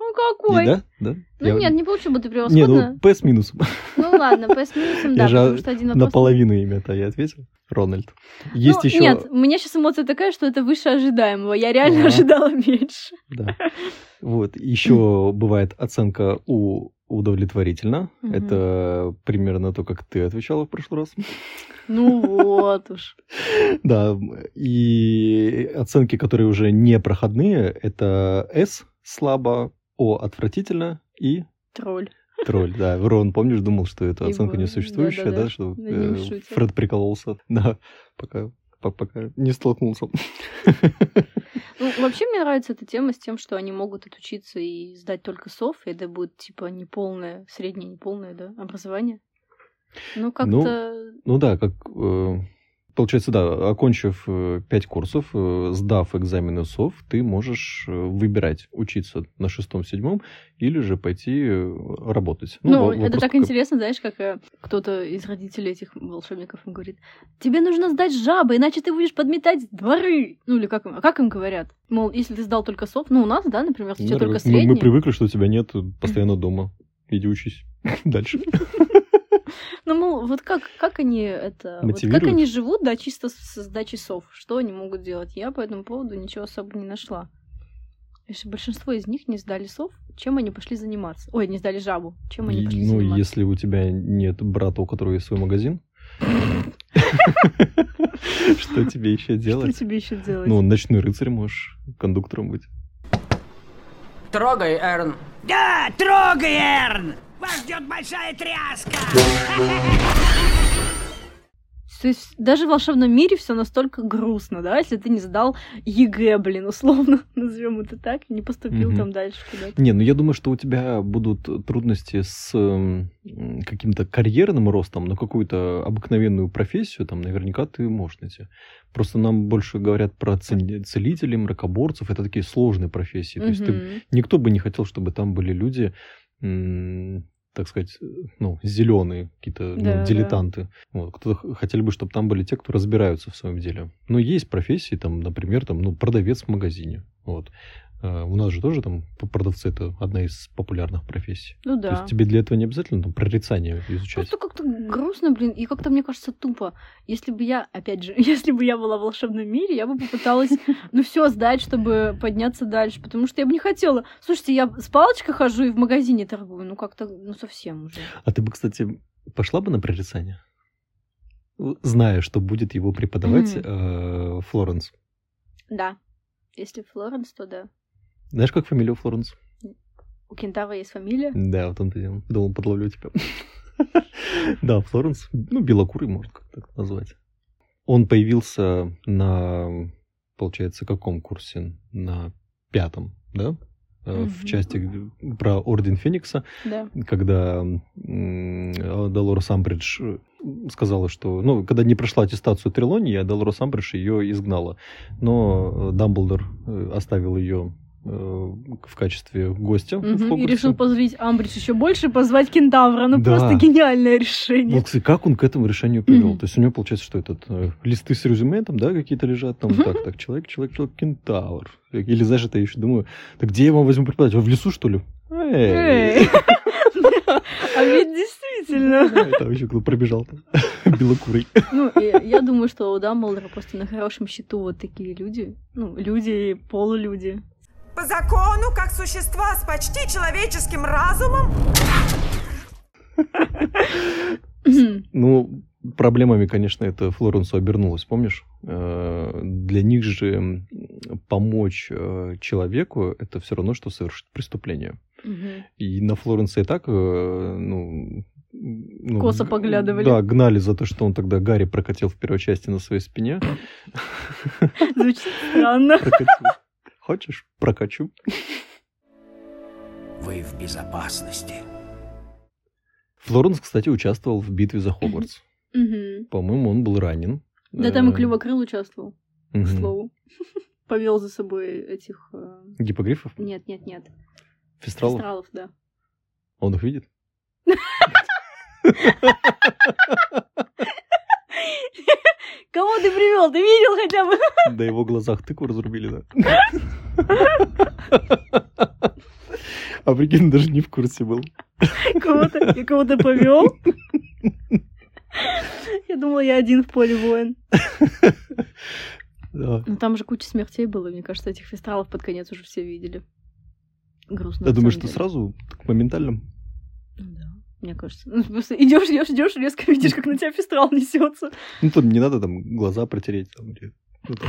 Speaker 2: Ну,
Speaker 1: И
Speaker 2: какой?
Speaker 1: Да? Да?
Speaker 2: Ну,
Speaker 1: Я-
Speaker 2: нет, не получил бы ты
Speaker 1: Не,
Speaker 2: превосходно.
Speaker 1: ну П с минусом.
Speaker 2: Ну, ладно, П с минусом, да,
Speaker 1: Я же
Speaker 2: потому что один вопрос...
Speaker 1: Наполовину имя-то я ответил. Рональд.
Speaker 2: Ну,
Speaker 1: Есть еще...
Speaker 2: Нет, у меня сейчас эмоция такая, что это выше ожидаемого. Я реально
Speaker 1: Ага.
Speaker 2: ожидала меньше.
Speaker 1: Да. Вот. Еще бывает оценка у удовлетворительно.
Speaker 2: Мгм.
Speaker 1: Это примерно то, как ты отвечала в прошлый раз.
Speaker 2: Ну вот уж.
Speaker 1: Да. И оценки, которые уже не проходные, это С слабо, О отвратительно и
Speaker 2: Тролль.
Speaker 1: тролль. Да, Рон, помнишь, думал, что это
Speaker 2: Его-
Speaker 1: оценка несуществующая,
Speaker 2: да-да-да.
Speaker 1: да, что
Speaker 2: Над ним
Speaker 1: э,
Speaker 2: шутят.
Speaker 1: Фред прикололся. Да, пока по- пока не столкнулся.
Speaker 2: Ну, вообще мне нравится эта тема с тем, что они могут отучиться и сдать только сов, и это будет типа неполное, среднее неполное, да, образование. Ну, как-то...
Speaker 1: Ну да, как э, получается, да, окончив э, пять курсов, э, сдав экзамены СОВ, ты можешь э, выбирать учиться на шестом-седьмом или же пойти э, работать.
Speaker 2: Ну,
Speaker 1: во-
Speaker 2: это
Speaker 1: вопрос
Speaker 2: так
Speaker 1: только-
Speaker 2: интересно, знаешь, как э, кто-то из родителей этих волшебников им говорит, тебе нужно сдать жабы, иначе ты будешь подметать дворы. Ну, или как им, а как им говорят? Мол, если ты сдал только сов, ну, у нас, да, например,
Speaker 1: Ну,
Speaker 2: все
Speaker 1: да,
Speaker 2: только
Speaker 1: как мы,
Speaker 2: средний.
Speaker 1: мы привыкли, что у тебя нет постоянно дома. Иди учись дальше.
Speaker 2: Ну, мол, вот как, как они это... вот как
Speaker 1: Мотивируют?
Speaker 2: они живут, да, чисто с, с сдачи сов? Что они могут делать? Я по этому поводу ничего особо не нашла. Если большинство из них не сдали сов, чем они пошли заниматься? Ой, не сдали жабу. Чем они
Speaker 1: И,
Speaker 2: пошли
Speaker 1: Ну,
Speaker 2: заниматься?
Speaker 1: если у тебя нет брата, у которого есть свой магазин, что тебе еще
Speaker 2: Что
Speaker 1: делать?
Speaker 2: тебе еще делать?
Speaker 1: Ну, ночной рыцарь можешь кондуктором быть.
Speaker 5: Трогай, Эрн.
Speaker 10: Да, трогай, Эрн! Вас ждет большая тряска!
Speaker 2: То есть даже в волшебном мире все настолько грустно, да, если ты не сдал ЕГЭ, блин, условно, назовем это так, и не поступил
Speaker 1: Мгм.
Speaker 2: там дальше куда-то.
Speaker 1: Не, ну я думаю, что у тебя будут трудности с эм, м, каким-то карьерным ростом, но какую-то обыкновенную профессию там наверняка ты можешь найти. Просто нам больше говорят про ци- целителей, мракоборцев. Это такие сложные профессии. То есть ты-
Speaker 2: Мгм.
Speaker 1: никто бы не хотел, чтобы там были люди, м, так сказать, э, ну, зеленые какие-то ну,
Speaker 2: Да, да.
Speaker 1: дилетанты. Вот, кто-то х- хотели бы, чтобы там были те, кто разбираются в своем деле. Но есть профессии, там, например, там, ну, продавец в магазине. Вот. Э, У нас же тоже там п- продавцы это одна из популярных профессий.
Speaker 2: Ну
Speaker 1: То
Speaker 2: да.
Speaker 1: есть тебе для этого не обязательно там, прорицание изучать.
Speaker 2: Просто как-то грустно, блин, и как-то, мне кажется, тупо. Если бы я, опять же, если бы я была в волшебном мире, я бы попыталась, ну, все сдать, чтобы подняться дальше, потому что я бы не хотела. Слушайте, я с палочкой хожу и в магазине торгую, ну, как-то, ну, совсем уже.
Speaker 1: А ты бы, кстати, пошла бы на прорицание? В- Зная, что будет его преподавать
Speaker 2: Мгм.
Speaker 1: э, Флоренс.
Speaker 2: Да. Если Флоренс, то да.
Speaker 1: Знаешь, как фамилия у Флоренс?
Speaker 2: У Кентава есть фамилия.
Speaker 1: Да, вот он придем. Думал, подловлю тебя. Да, Флоренс, ну, белокурый, можно как так назвать. Он появился на, получается, каком курсе? На пятом, да? Э, В
Speaker 2: Мгм.
Speaker 1: части г- про Орден Феникса,
Speaker 2: Да.
Speaker 1: когда м, э, Долорес Амбридж э, сказала, что... Ну, когда не прошла аттестацию Трелонии, а Долорес Амбридж ее изгнала. Но э, Дамблдор э, оставил ее э, в качестве гостя в
Speaker 2: Мгм, И
Speaker 1: Хогвартсе.
Speaker 2: решил позлить Амбридж еще больше, позвать Кентавра.
Speaker 1: Да.
Speaker 2: Ну
Speaker 1: Ну,
Speaker 2: просто гениальное
Speaker 1: Вот,
Speaker 2: решение.
Speaker 1: кстати, как он к этому решению привел?
Speaker 2: Мгм.
Speaker 1: То есть у него получается, что этот э, листы с резюме там, да, какие-то лежат там,
Speaker 2: Мгм.
Speaker 1: так, так, человек, человек, человек, кентавр. Или знаешь, это я еще думаю, так где я вам возьму преподавателя? В лесу что ли? Эй.
Speaker 2: Эй. А ведь действительно.
Speaker 1: Да, и Там еще кто пробежал там, белокурый.
Speaker 2: Ну, и я думаю, что у Дамблдора просто на хорошем счету вот такие люди. Ну, люди и полулюди.
Speaker 10: По закону, как существа с почти человеческим разумом...
Speaker 1: Ну, проблемами, конечно, это Флоренсу обернулось, помнишь? Э, Для них же м, помочь э, человеку это все равно, что совершить преступление.
Speaker 2: Мгм.
Speaker 1: И на Флоренса и так, э, ну... ну,
Speaker 2: Косо
Speaker 1: г-
Speaker 2: поглядывали.
Speaker 1: Да, гнали за то, что он тогда Гарри прокатил в первой части на своей спине.
Speaker 2: Звучит странно.
Speaker 1: Прокатил. Хочешь? Прокачу.
Speaker 10: Вы в безопасности.
Speaker 1: Флоренс, кстати, участвовал в битве за Хогвартс.
Speaker 2: Мгм.
Speaker 1: По-моему, он был ранен.
Speaker 2: Да там и
Speaker 1: Э,
Speaker 2: Клювокрыл участвовал, к
Speaker 1: мгм.
Speaker 2: слову. Повел за собой этих... э,
Speaker 1: Гиппогрифов?
Speaker 2: Нет, нет, нет.
Speaker 1: Фестралов?
Speaker 2: Астралов, да.
Speaker 1: Он их видит?
Speaker 2: Кого ты привел? Ты видел хотя бы?
Speaker 1: Да его глазах тыкву разрубили, да. А прикинь, он даже не в курсе был.
Speaker 2: Кого-то, я кого-то повел. Я думала, я один в поле воин.
Speaker 1: Да.
Speaker 2: Ну там же куча смертей было, мне кажется, этих фестралов под конец уже все видели. Грустно.
Speaker 1: Я
Speaker 2: на
Speaker 1: думаю,
Speaker 2: самом
Speaker 1: что
Speaker 2: деле.
Speaker 1: сразу, так, моментально.
Speaker 2: Ну да, мне кажется. Ну, просто идешь, идешь, идешь, резко видишь, как на тебя фестрал несется.
Speaker 1: Ну, там не надо там глаза протереть, там, или, ну, там,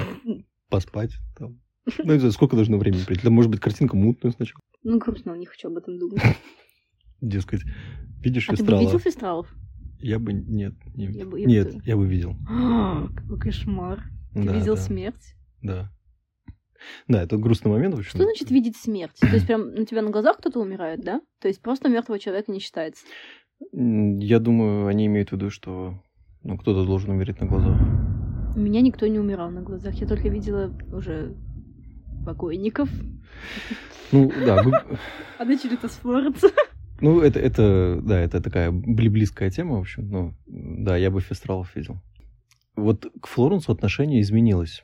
Speaker 1: поспать. Там. Ну, не знаю, сколько должно времени пройти. Там, может быть, картинка мутная сначала.
Speaker 2: Ну, грустно, не хочу об этом думать.
Speaker 1: Дескать, видишь
Speaker 2: А ты бы
Speaker 1: Фестрала?
Speaker 2: видел фестралов?
Speaker 1: Я бы... Нет, не
Speaker 2: Я
Speaker 1: видел.
Speaker 2: бы- я бы
Speaker 1: Нет,
Speaker 2: тоже.
Speaker 1: я бы видел.
Speaker 2: А, Какой кошмар. Ты
Speaker 1: Да,
Speaker 2: видел
Speaker 1: да,
Speaker 2: смерть?
Speaker 1: Да. Да, это грустный момент, в общем.
Speaker 2: Что значит видеть смерть? То есть прям на тебя на глазах кто-то умирает, да? То есть просто мертвого человека не считается.
Speaker 1: М, Я думаю, они имеют в виду, что ну, кто-то должен умереть на глазах.
Speaker 2: У меня никто не умирал на глазах. Я только видела уже покойников.
Speaker 1: Ну, да, губ-
Speaker 2: Одна черепа с Флоренса.
Speaker 1: ну это, это, да, это такая бли- близкая тема, в общем, но да, я бы фестралов видел. Вот к Флоренсу отношение изменилось.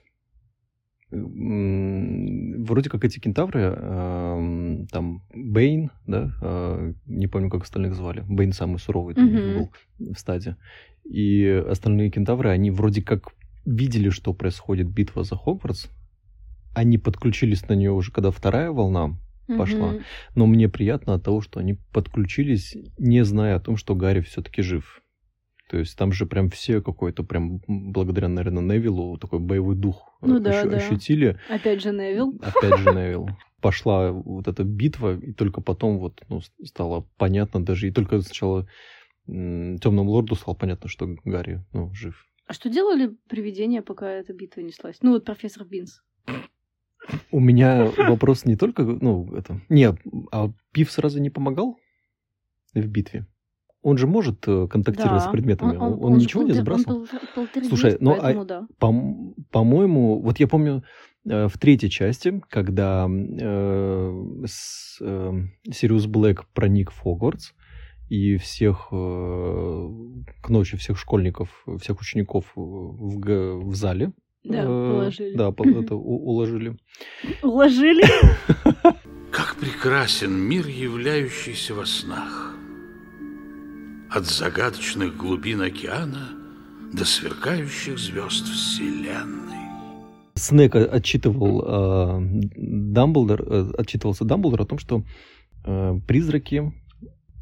Speaker 1: М, Вроде как эти кентавры, эм, там, Бэйн, да, э, не помню, как остальных звали, Бэйн самый суровый там
Speaker 2: Мгм.
Speaker 1: был в стаде, и остальные кентавры, они вроде как видели, что происходит битва за Хогвартс, они подключились на нее уже, когда вторая волна Пошла.
Speaker 2: Мгм.
Speaker 1: но мне приятно от того, что они подключились, не зная о том, что Гарри все-таки жив. То есть там же прям все какой-то прям, м, благодаря, наверное, Невилу, такой боевой дух э,
Speaker 2: Ну да,
Speaker 1: ощу-
Speaker 2: да.
Speaker 1: ощутили.
Speaker 2: Опять же Невил.
Speaker 1: Опять же Невил. Пошла вот эта битва, и только потом вот ну, с- стало понятно даже, и только сначала темному лорду стало понятно, что Гарри ну, жив.
Speaker 2: А что делали привидения, пока эта битва неслась? Ну вот профессор Бинс.
Speaker 1: У меня вопрос не только, ну, это... Не, а Пив сразу не помогал в битве? Он же может э, контактировать с
Speaker 2: Да.
Speaker 1: предметами? Он, он
Speaker 2: же
Speaker 1: ничего не
Speaker 2: полтер-
Speaker 1: сбрасывал?
Speaker 2: Он пол- полтергейст,
Speaker 1: Слушай, ну, а-
Speaker 2: поэтому да.
Speaker 1: Пом- По-моему, вот я помню э, в третьей части, когда э, с- э, Сириус Блэк проник в Хогвартс, и всех э, к ночи всех школьников, всех учеников э, в, г- в зале.
Speaker 2: Да,
Speaker 1: э,
Speaker 2: положили.
Speaker 1: Да, по- это, у- уложили.
Speaker 2: Уложили.
Speaker 4: Как прекрасен мир, являющийся во снах. От загадочных глубин океана до сверкающих звезд Вселенной.
Speaker 1: Снэк отчитывал э, Дамблдор, э, отчитывался Дамблдор о том, что э, призраки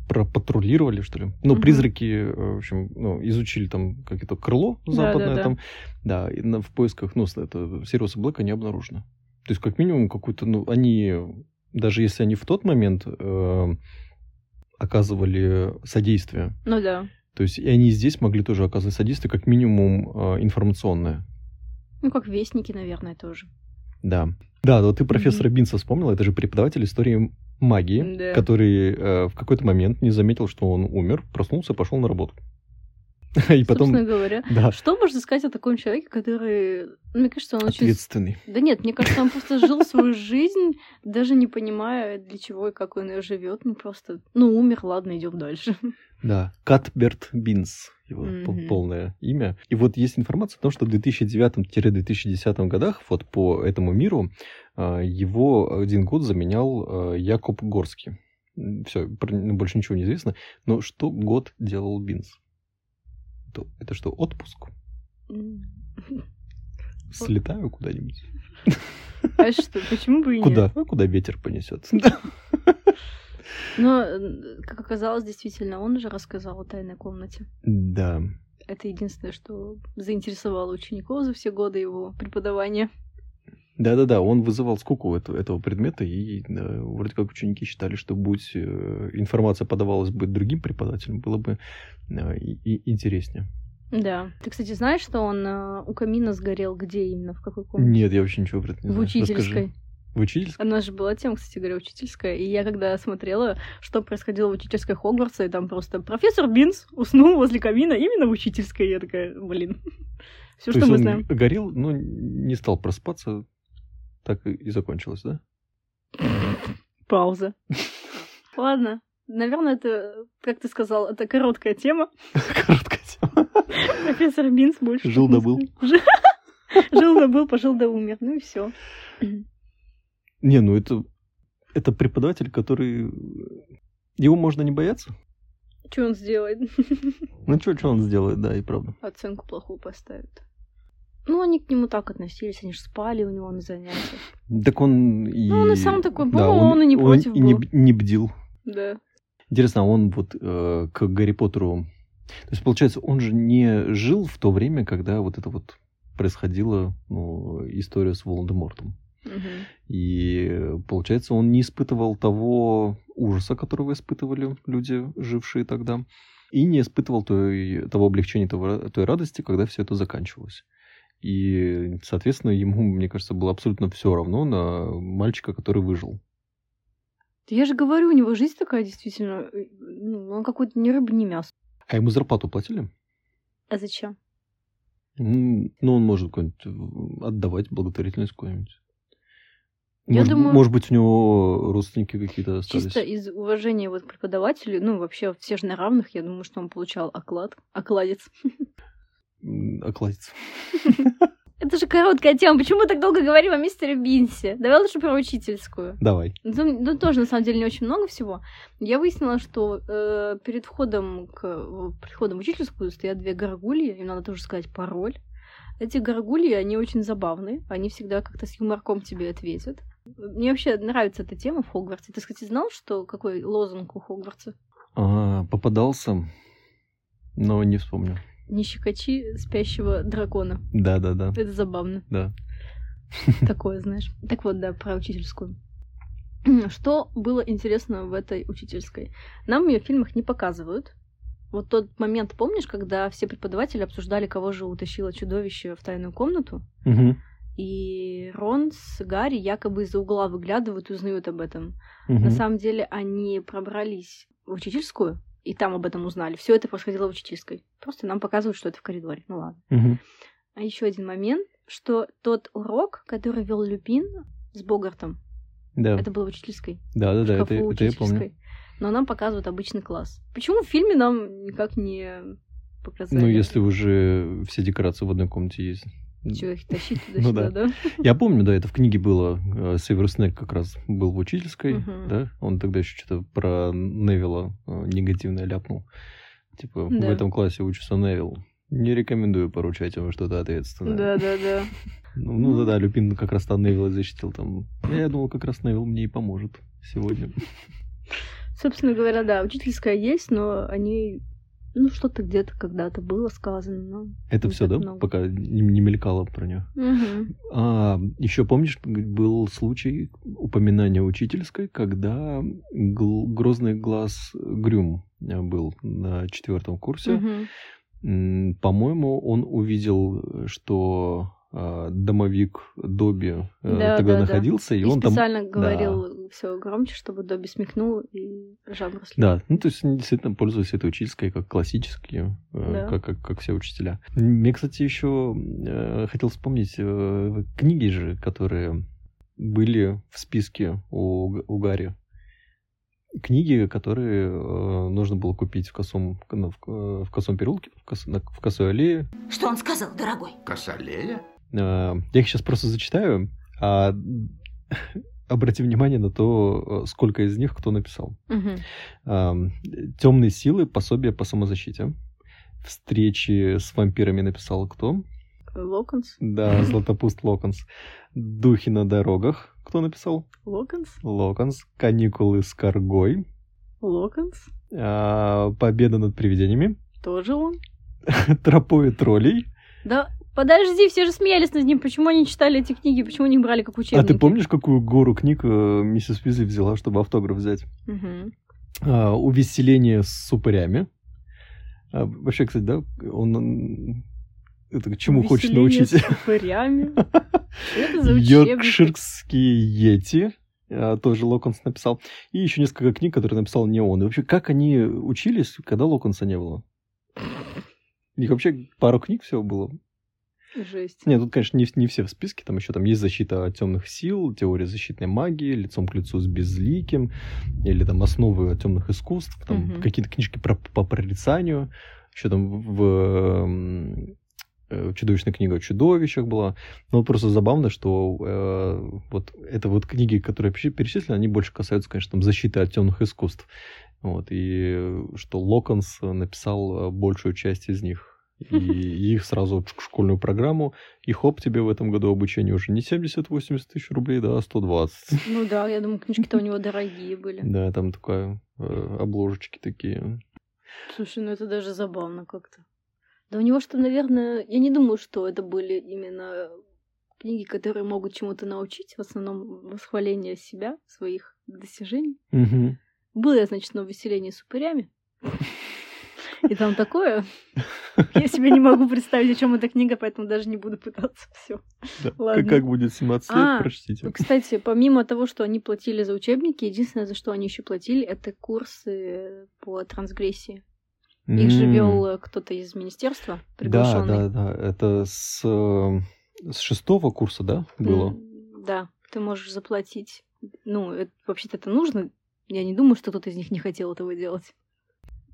Speaker 1: пропатрулировали, что ли. Ну,
Speaker 2: Мгм.
Speaker 1: призраки, э, в общем, ну, изучили там какое-то крыло
Speaker 2: Да,
Speaker 1: западное
Speaker 2: да, да.
Speaker 1: там. Да, и на- в поисках, ну, с- это, Сириуса Блэка не обнаружено. То есть, как минимум, какую-то, ну, они, даже если они в тот момент э, оказывали содействие,
Speaker 2: Ну да.
Speaker 1: то есть, и они здесь могли тоже оказывать содействие, как минимум, э, информационное.
Speaker 2: Ну как вестники, наверное, тоже.
Speaker 1: Да. Да, вот ты профессора Бинса вспомнила, это же преподаватель истории магии,
Speaker 2: Да.
Speaker 1: который э, в какой-то момент не заметил, что он умер, проснулся и пошел на работу. И
Speaker 2: Собственно
Speaker 1: потом... А.
Speaker 2: говоря.
Speaker 1: Да,
Speaker 2: Что можно сказать о таком человеке, который... ну, Мне кажется, он очень...
Speaker 1: ответственный.
Speaker 2: Да нет, мне кажется, он просто жил свою жизнь, даже не понимая, для чего и как он ее живет. Ну просто, ну умер, ладно, идем дальше.
Speaker 1: Да, Катберт Бинс, его
Speaker 2: Мгм.
Speaker 1: пол- полное имя. И вот есть информация о том, что в 2009-2010 годах вот по этому миру э, его один год заменял э, Якоб Горский. Все, ну, больше ничего не известно. Но что год делал Бинс? Это- это что, отпуск? Слетаю куда-нибудь.
Speaker 2: А что, почему бы и нет?
Speaker 1: Куда? А куда ветер понесет?
Speaker 2: Но, э, как оказалось, действительно, он же рассказал о тайной комнате.
Speaker 1: Да.
Speaker 2: Это единственное, что заинтересовало учеников за все годы его преподавания.
Speaker 1: Да-да-да, он вызывал скуку эту- этого предмета, и э, вроде как ученики считали, что будь э, информация подавалась бы другим преподавателям, было бы э, и- и интереснее.
Speaker 2: Да. Ты, кстати, знаешь, что он э, у камина сгорел? Где именно? В какой комнате?
Speaker 1: Нет, я вообще ничего про это не
Speaker 2: В
Speaker 1: знаю. Расскажи.
Speaker 2: учительской.
Speaker 1: в учительской.
Speaker 2: Она же была тем, кстати говоря, учительская. И я когда смотрела, что происходило в учительской Хогвартсе, и там просто профессор Бинс уснул возле камина именно в учительской. Я такая, блин. Все,
Speaker 1: То
Speaker 2: что
Speaker 1: есть
Speaker 2: мы
Speaker 1: он
Speaker 2: знаем.
Speaker 1: горел, но не стал проспаться. Так и- и закончилось, да?
Speaker 2: Пауза. Ладно. Наверное, это, как ты сказал, это короткая тема.
Speaker 1: Короткая тема.
Speaker 2: Профессор Бинс больше.
Speaker 1: Жил да был.
Speaker 2: Жил да был, пожил да умер. Ну и все.
Speaker 1: Не, ну это, это преподаватель, который... Его можно не бояться.
Speaker 2: Что он сделает?
Speaker 1: Ну что, что он сделает, да, и правда.
Speaker 2: Оценку плохую поставит. Ну, они к нему так относились, они же спали у него на занятиях.
Speaker 1: Так он и...
Speaker 2: Ну, он и сам такой был, он и не против
Speaker 1: и не,
Speaker 2: был.
Speaker 1: б- не бдил.
Speaker 2: Да.
Speaker 1: Интересно, а он вот э, к Гарри Поттеру... То есть, получается, он же не жил в то время, когда вот это вот происходила ну, история с Волан-де-Мортом.
Speaker 2: Мгм.
Speaker 1: И, э, получается, он не испытывал того ужаса, которого испытывали люди, жившие тогда, и не испытывал той, того облегчения, того ра- той радости, когда все это заканчивалось. И, соответственно, ему, мне кажется, было абсолютно все равно на мальчика, который выжил.
Speaker 2: Да я же говорю, у него жизнь такая действительно. э, Ну, он какой-то ни рыба, ни мясо.
Speaker 1: А ему зарплату платили?
Speaker 2: А зачем?
Speaker 1: М, Ну, он может какой-нибудь м, отдавать благотворительность какую-нибудь.
Speaker 2: Я
Speaker 1: может,
Speaker 2: думаю-
Speaker 1: может быть, у него родственники какие-то остались.
Speaker 2: Чисто из уважения вот к преподавателю, ну, вообще все же на равных, я думаю, что он получал оклад. Окладец.
Speaker 1: М, Окладец.
Speaker 2: Это же короткая тема. Почему мы так долго говорим о мистере Бинсе? Давай лучше про учительскую.
Speaker 1: Давай.
Speaker 2: Ну, там, ну, тоже, на самом деле, не очень много всего. Я выяснила, что э, перед входом к в- приходом в учительскую стоят две горгульи, им надо тоже сказать пароль. Эти горгульи, они очень забавные, они всегда как-то с юморком тебе ответят. Мне вообще нравится эта тема в Хогвартсе. Ты, кстати, знал, что какой лозунг у Хогвартса?
Speaker 1: А, попадался, но не вспомню.
Speaker 2: Не щекочи спящего дракона.
Speaker 1: Да, да, да,
Speaker 2: Это забавно.
Speaker 1: да.
Speaker 2: Такое, знаешь. Так вот, да, про учительскую. Что было интересно в этой учительской? Нам ее в фильмах не показывают. Вот тот момент, помнишь, когда все преподаватели обсуждали, кого же утащило чудовище в тайную комнату?
Speaker 1: Мгм,
Speaker 2: И Рон с Гарри якобы из-за угла выглядывают и узнают об этом.
Speaker 1: мгм.
Speaker 2: На самом деле они пробрались в учительскую, и там об этом узнали. Все это происходило в учительской. Просто нам показывают, что это в коридоре. Ну ладно.
Speaker 1: Мгм.
Speaker 2: А еще один момент, что тот урок, который вел Люпин с Богартом,
Speaker 1: Да,
Speaker 2: это было в учительской,
Speaker 1: да, да,
Speaker 2: в
Speaker 1: да, это,
Speaker 2: шкафу
Speaker 1: это я помню.
Speaker 2: учительской. Но нам показывают обычный класс. Почему в фильме нам никак не показали?
Speaker 1: Ну, если уже все декорации в одной комнате есть.
Speaker 2: Чего их тащить
Speaker 1: Ну
Speaker 2: туда-сюда, да?
Speaker 1: Я помню, да, это в книге было. э, Северус Снег как раз был в учительской,
Speaker 2: Мгм.
Speaker 1: да? Он тогда еще что-то про Невилла э, негативное ляпнул. Типа, в
Speaker 2: Да.
Speaker 1: этом классе учится Невилл. Не рекомендую поручать ему что-то ответственное.
Speaker 2: Да-да-да.
Speaker 1: Ну, ну да, да, Люпин как раз там Невилла защитил там. Я думал, как раз Невилл мне и поможет сегодня.
Speaker 2: Собственно говоря, да, учительская есть, но они... Ну, что-то где-то когда-то было сказано, но...
Speaker 1: Это
Speaker 2: Не
Speaker 1: все,
Speaker 2: Ну, так
Speaker 1: да?
Speaker 2: много.
Speaker 1: Пока не, не мелькало про нее.
Speaker 2: Мгм.
Speaker 1: еще А, помнишь, был случай упоминания учительской, когда гл- грозный глаз Грюм э, был на четвертом курсе.
Speaker 2: Мгм.
Speaker 1: М, По-моему, он увидел, что э, домовик Добби э,
Speaker 2: Да,
Speaker 1: тогда
Speaker 2: да, да.
Speaker 1: находился, и,
Speaker 2: И
Speaker 1: он там...
Speaker 2: специально говорил все громче, чтобы Добби смекнул и жабры
Speaker 1: Да, ну то есть они действительно пользуются этой учительской как классические, э,
Speaker 2: Да.
Speaker 1: как, как, как все учителя. Мне, кстати, еще э, хотел вспомнить э, книги же, которые были в списке у, Г- у Гарри. Книги, которые э, нужно было купить в косом, ну, в, э, в косом переулке, в, кос- на- в косой аллее.
Speaker 8: Что он сказал, дорогой?
Speaker 4: Косолея?
Speaker 1: Э, я их сейчас просто зачитаю, а обрати внимание на то, э, сколько из них кто написал.
Speaker 2: Мгм.
Speaker 1: Темные силы, пособие по самозащите. Встречи с вампирами написал кто?
Speaker 2: Локонс?
Speaker 1: Да, Златопуст Локонс. Духи на дорогах. Кто написал?
Speaker 2: Локонс?
Speaker 1: Локонс. Каникулы с Каргой.
Speaker 2: Локонс?
Speaker 1: А, Победа над привидениями.
Speaker 2: Тоже он?
Speaker 1: Тропой троллей. А
Speaker 2: Да подожди, все же смеялись над ним. Почему они читали эти книги? Почему не брали как
Speaker 1: А
Speaker 2: учебники?
Speaker 1: ты помнишь, какую гору книг э, миссис Уизли взяла, чтобы автограф взять?
Speaker 2: Мгм.
Speaker 1: А, увеселение с супырями. А, вообще, кстати, да, он, м, Это к чему хочешь
Speaker 2: Веселее с
Speaker 1: научить?
Speaker 2: упырями. Что Это за учебник.
Speaker 1: Йоркширские йети. а, Тоже Локонс написал. И еще несколько книг, которые написал не он. И вообще, как они учились, когда Локонса не было? У них вообще пару книг всего было.
Speaker 2: Жесть.
Speaker 1: Нет, тут, конечно, не, в- не все в списке. Там еще там есть защита от темных сил, теория защитной магии, лицом к лицу с безликим, или там основы темных искусств, там
Speaker 2: Мгм.
Speaker 1: какие-то книжки про, по прорицанию. Еще там в эм, э, чудовищная книга о чудовищах была. Но вот просто забавно, что э, вот это вот книги, которые вообще перечислены, они больше касаются, конечно, там защиты от темных искусств. Вот, и э, что Локонс э, написал э, большую часть из них. И их сразу в школьную программу. И хоп, тебе в этом году обучение уже не 70-80 тысяч рублей, да, а 120.
Speaker 2: Ну да, я думаю, книжки-то у него дорогие были.
Speaker 1: Да, там такая э, обложечки такие.
Speaker 2: Слушай, ну это даже забавно как-то. Да у него что, наверное, я не думаю, что это были именно книги, которые могут чему-то научить, в основном восхваление себя, своих достижений.
Speaker 1: Мгм.
Speaker 2: Было я, значит, на выселении с упырями. И там такое. Я себе не могу представить, о чем эта книга, поэтому даже не буду пытаться все.
Speaker 1: Да.
Speaker 2: Ладно.
Speaker 1: Как, как будет 17
Speaker 2: А,
Speaker 1: лет, прочтите.
Speaker 2: Ну, Кстати, помимо того, что они платили за учебники, единственное, за что они еще платили, это курсы по трансгрессии. Их же
Speaker 1: М.
Speaker 2: вел э, кто-то из министерства,
Speaker 1: Да,
Speaker 2: приглашенный.
Speaker 1: да, да. Это с, э, с шестого курса, да, было?
Speaker 2: М, Да, ты можешь заплатить. Ну, это- вообще-то это нужно. Я не думаю, что кто-то из них не хотел этого делать.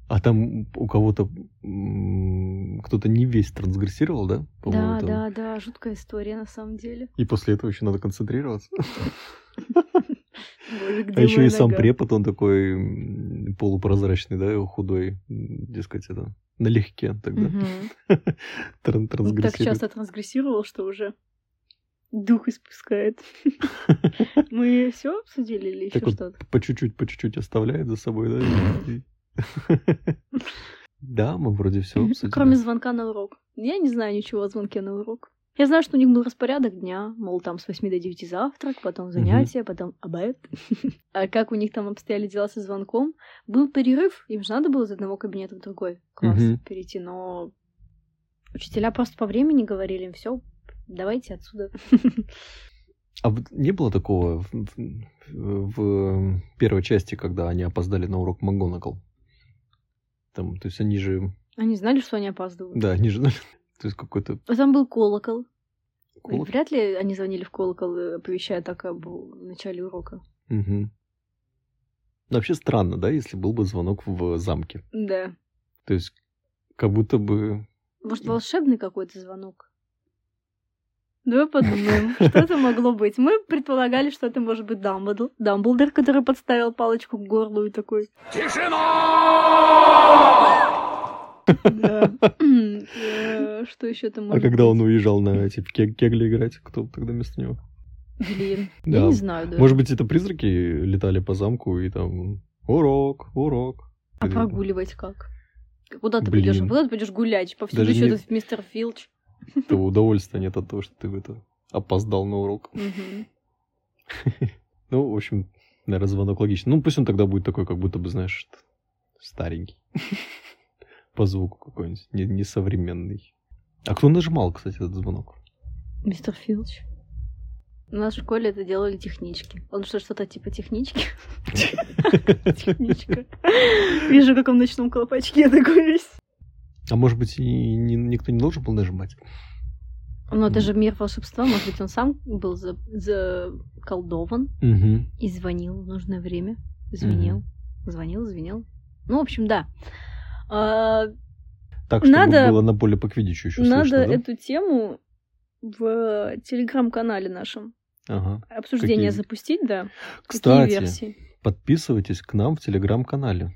Speaker 1: А там у кого-то м, кто-то не весь трансгрессировал, да? По-моему,
Speaker 2: да,
Speaker 1: там.
Speaker 2: да, да, жуткая история на самом деле.
Speaker 1: И после этого еще надо концентрироваться.
Speaker 2: Боже, где
Speaker 1: А еще
Speaker 2: моя
Speaker 1: и сам
Speaker 2: нога?
Speaker 1: препод, он такой м, полупрозрачный, да, и худой, м, дескать, это налегке тогда
Speaker 2: Мгм.
Speaker 1: тран-
Speaker 2: Он так
Speaker 1: трансгрессирует.
Speaker 2: часто трансгрессировал, что уже дух испускает. Мы все обсудили или еще
Speaker 1: Так вот,
Speaker 2: что-то?
Speaker 1: По чуть-чуть, по чуть-чуть оставляет за собой, да? и- и- Да, мы вроде все обсудили.
Speaker 2: Кроме звонка на урок. Я не знаю ничего о звонке на урок. Я знаю, что у них был распорядок дня, мол, там с 8 до 9 завтрак, потом занятия, потом обед. А как у них там обстояли дела со звонком? Был перерыв, им же надо было из одного кабинета в другой класс
Speaker 1: Мгм.
Speaker 2: перейти, но учителя просто по времени говорили им, все, давайте отсюда.
Speaker 1: А вот не было такого в, в- в первой части, когда они опоздали на урок Макгонагал? Там, то есть они же,
Speaker 2: Они знали, что они опаздывают.
Speaker 1: да, они же, то есть какой-то
Speaker 2: А Там был колокол.
Speaker 1: колокол.
Speaker 2: Вряд ли они звонили в колокол, э, оповещая так об э, начале урока.
Speaker 1: Мгм. Ну, Вообще странно, да, если был бы звонок в замке.
Speaker 2: Да.
Speaker 1: То есть как будто бы...
Speaker 2: Может, волшебный какой-то звонок? Давай подумаем, что это могло быть. Мы предполагали, что это может быть Дамблдор, Дамблдор, который подставил палочку к горлу и такой... Тишина! Э, Что еще там
Speaker 1: А
Speaker 2: может
Speaker 1: когда он
Speaker 2: быть?
Speaker 1: уезжал на типа, кег- кегли играть, кто тогда вместо него?
Speaker 2: Блин,
Speaker 1: Да.
Speaker 2: я не знаю даже.
Speaker 1: Может быть, это призраки летали по замку и там... Урок, урок.
Speaker 2: А
Speaker 1: Или-
Speaker 2: прогуливать как? Куда ты
Speaker 1: Блин.
Speaker 2: пойдешь? Куда ты пойдешь гулять? Повсюду
Speaker 1: Даже
Speaker 2: еще
Speaker 1: не-
Speaker 2: этот мистер Филч.
Speaker 1: Этого удовольствия нет от того, что ты в это опоздал на урок.
Speaker 2: Мгм.
Speaker 1: Ну, в общем, наверное, звонок логичный. Ну, пусть он тогда будет такой, как будто бы, знаешь, т- старенький. По звуку какой-нибудь, не- несовременный. А кто нажимал, кстати, этот звонок?
Speaker 2: Мистер Филч. У нас в школе это делали технички. Он что, что-то типа технички?
Speaker 1: А
Speaker 2: Техничка. Вижу, как он в ночном колпачке такой весь.
Speaker 1: А может быть, и ни- никто не должен был нажимать?
Speaker 2: Но Ну, это же мир волшебства. Может быть, он сам был за- заколдован
Speaker 1: Угу.
Speaker 2: и звонил в нужное время. Звенел. Звонил, звенел. Ну, в общем, да. А,
Speaker 1: Так, чтобы
Speaker 2: Надо-
Speaker 1: было на поле по квиддичу еще
Speaker 2: Надо
Speaker 1: слышно, да?
Speaker 2: эту тему в телеграм-канале нашем
Speaker 1: Ага.
Speaker 2: обсуждение
Speaker 1: Какие-
Speaker 2: запустить, да.
Speaker 1: Кстати,
Speaker 2: Какие версии?
Speaker 1: подписывайтесь к нам в телеграм-канале.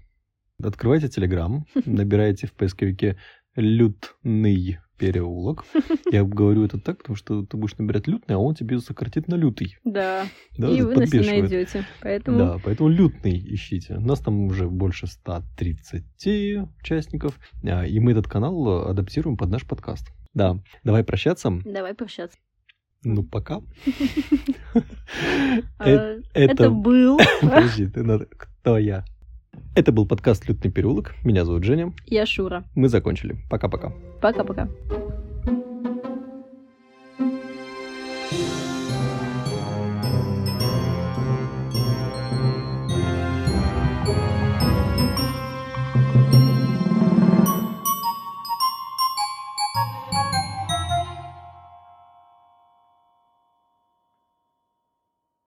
Speaker 1: Открывайте телеграм, набираете в поисковике лютный переулок. Я говорю это так, потому что ты будешь набирать лютный, а он тебе сократит на лютый.
Speaker 2: Да.
Speaker 1: Да,
Speaker 2: и
Speaker 1: это
Speaker 2: вы нас не
Speaker 1: подбешивает.
Speaker 2: найдете. Поэтому
Speaker 1: Да, поэтому лютный ищите. Нас там уже больше 130 участников, а, и мы этот канал э, адаптируем под наш подкаст. Да, давай прощаться.
Speaker 2: давай прощаться.
Speaker 1: Ну, пока.
Speaker 2: А,
Speaker 1: Э,
Speaker 2: Это, был.
Speaker 1: Подожди, ты надо... Кто я? Это был подкаст «Лютный переулок». Меня зовут Женя.
Speaker 2: Я Шура.
Speaker 1: Мы закончили. Пока-пока.
Speaker 2: Пока-пока.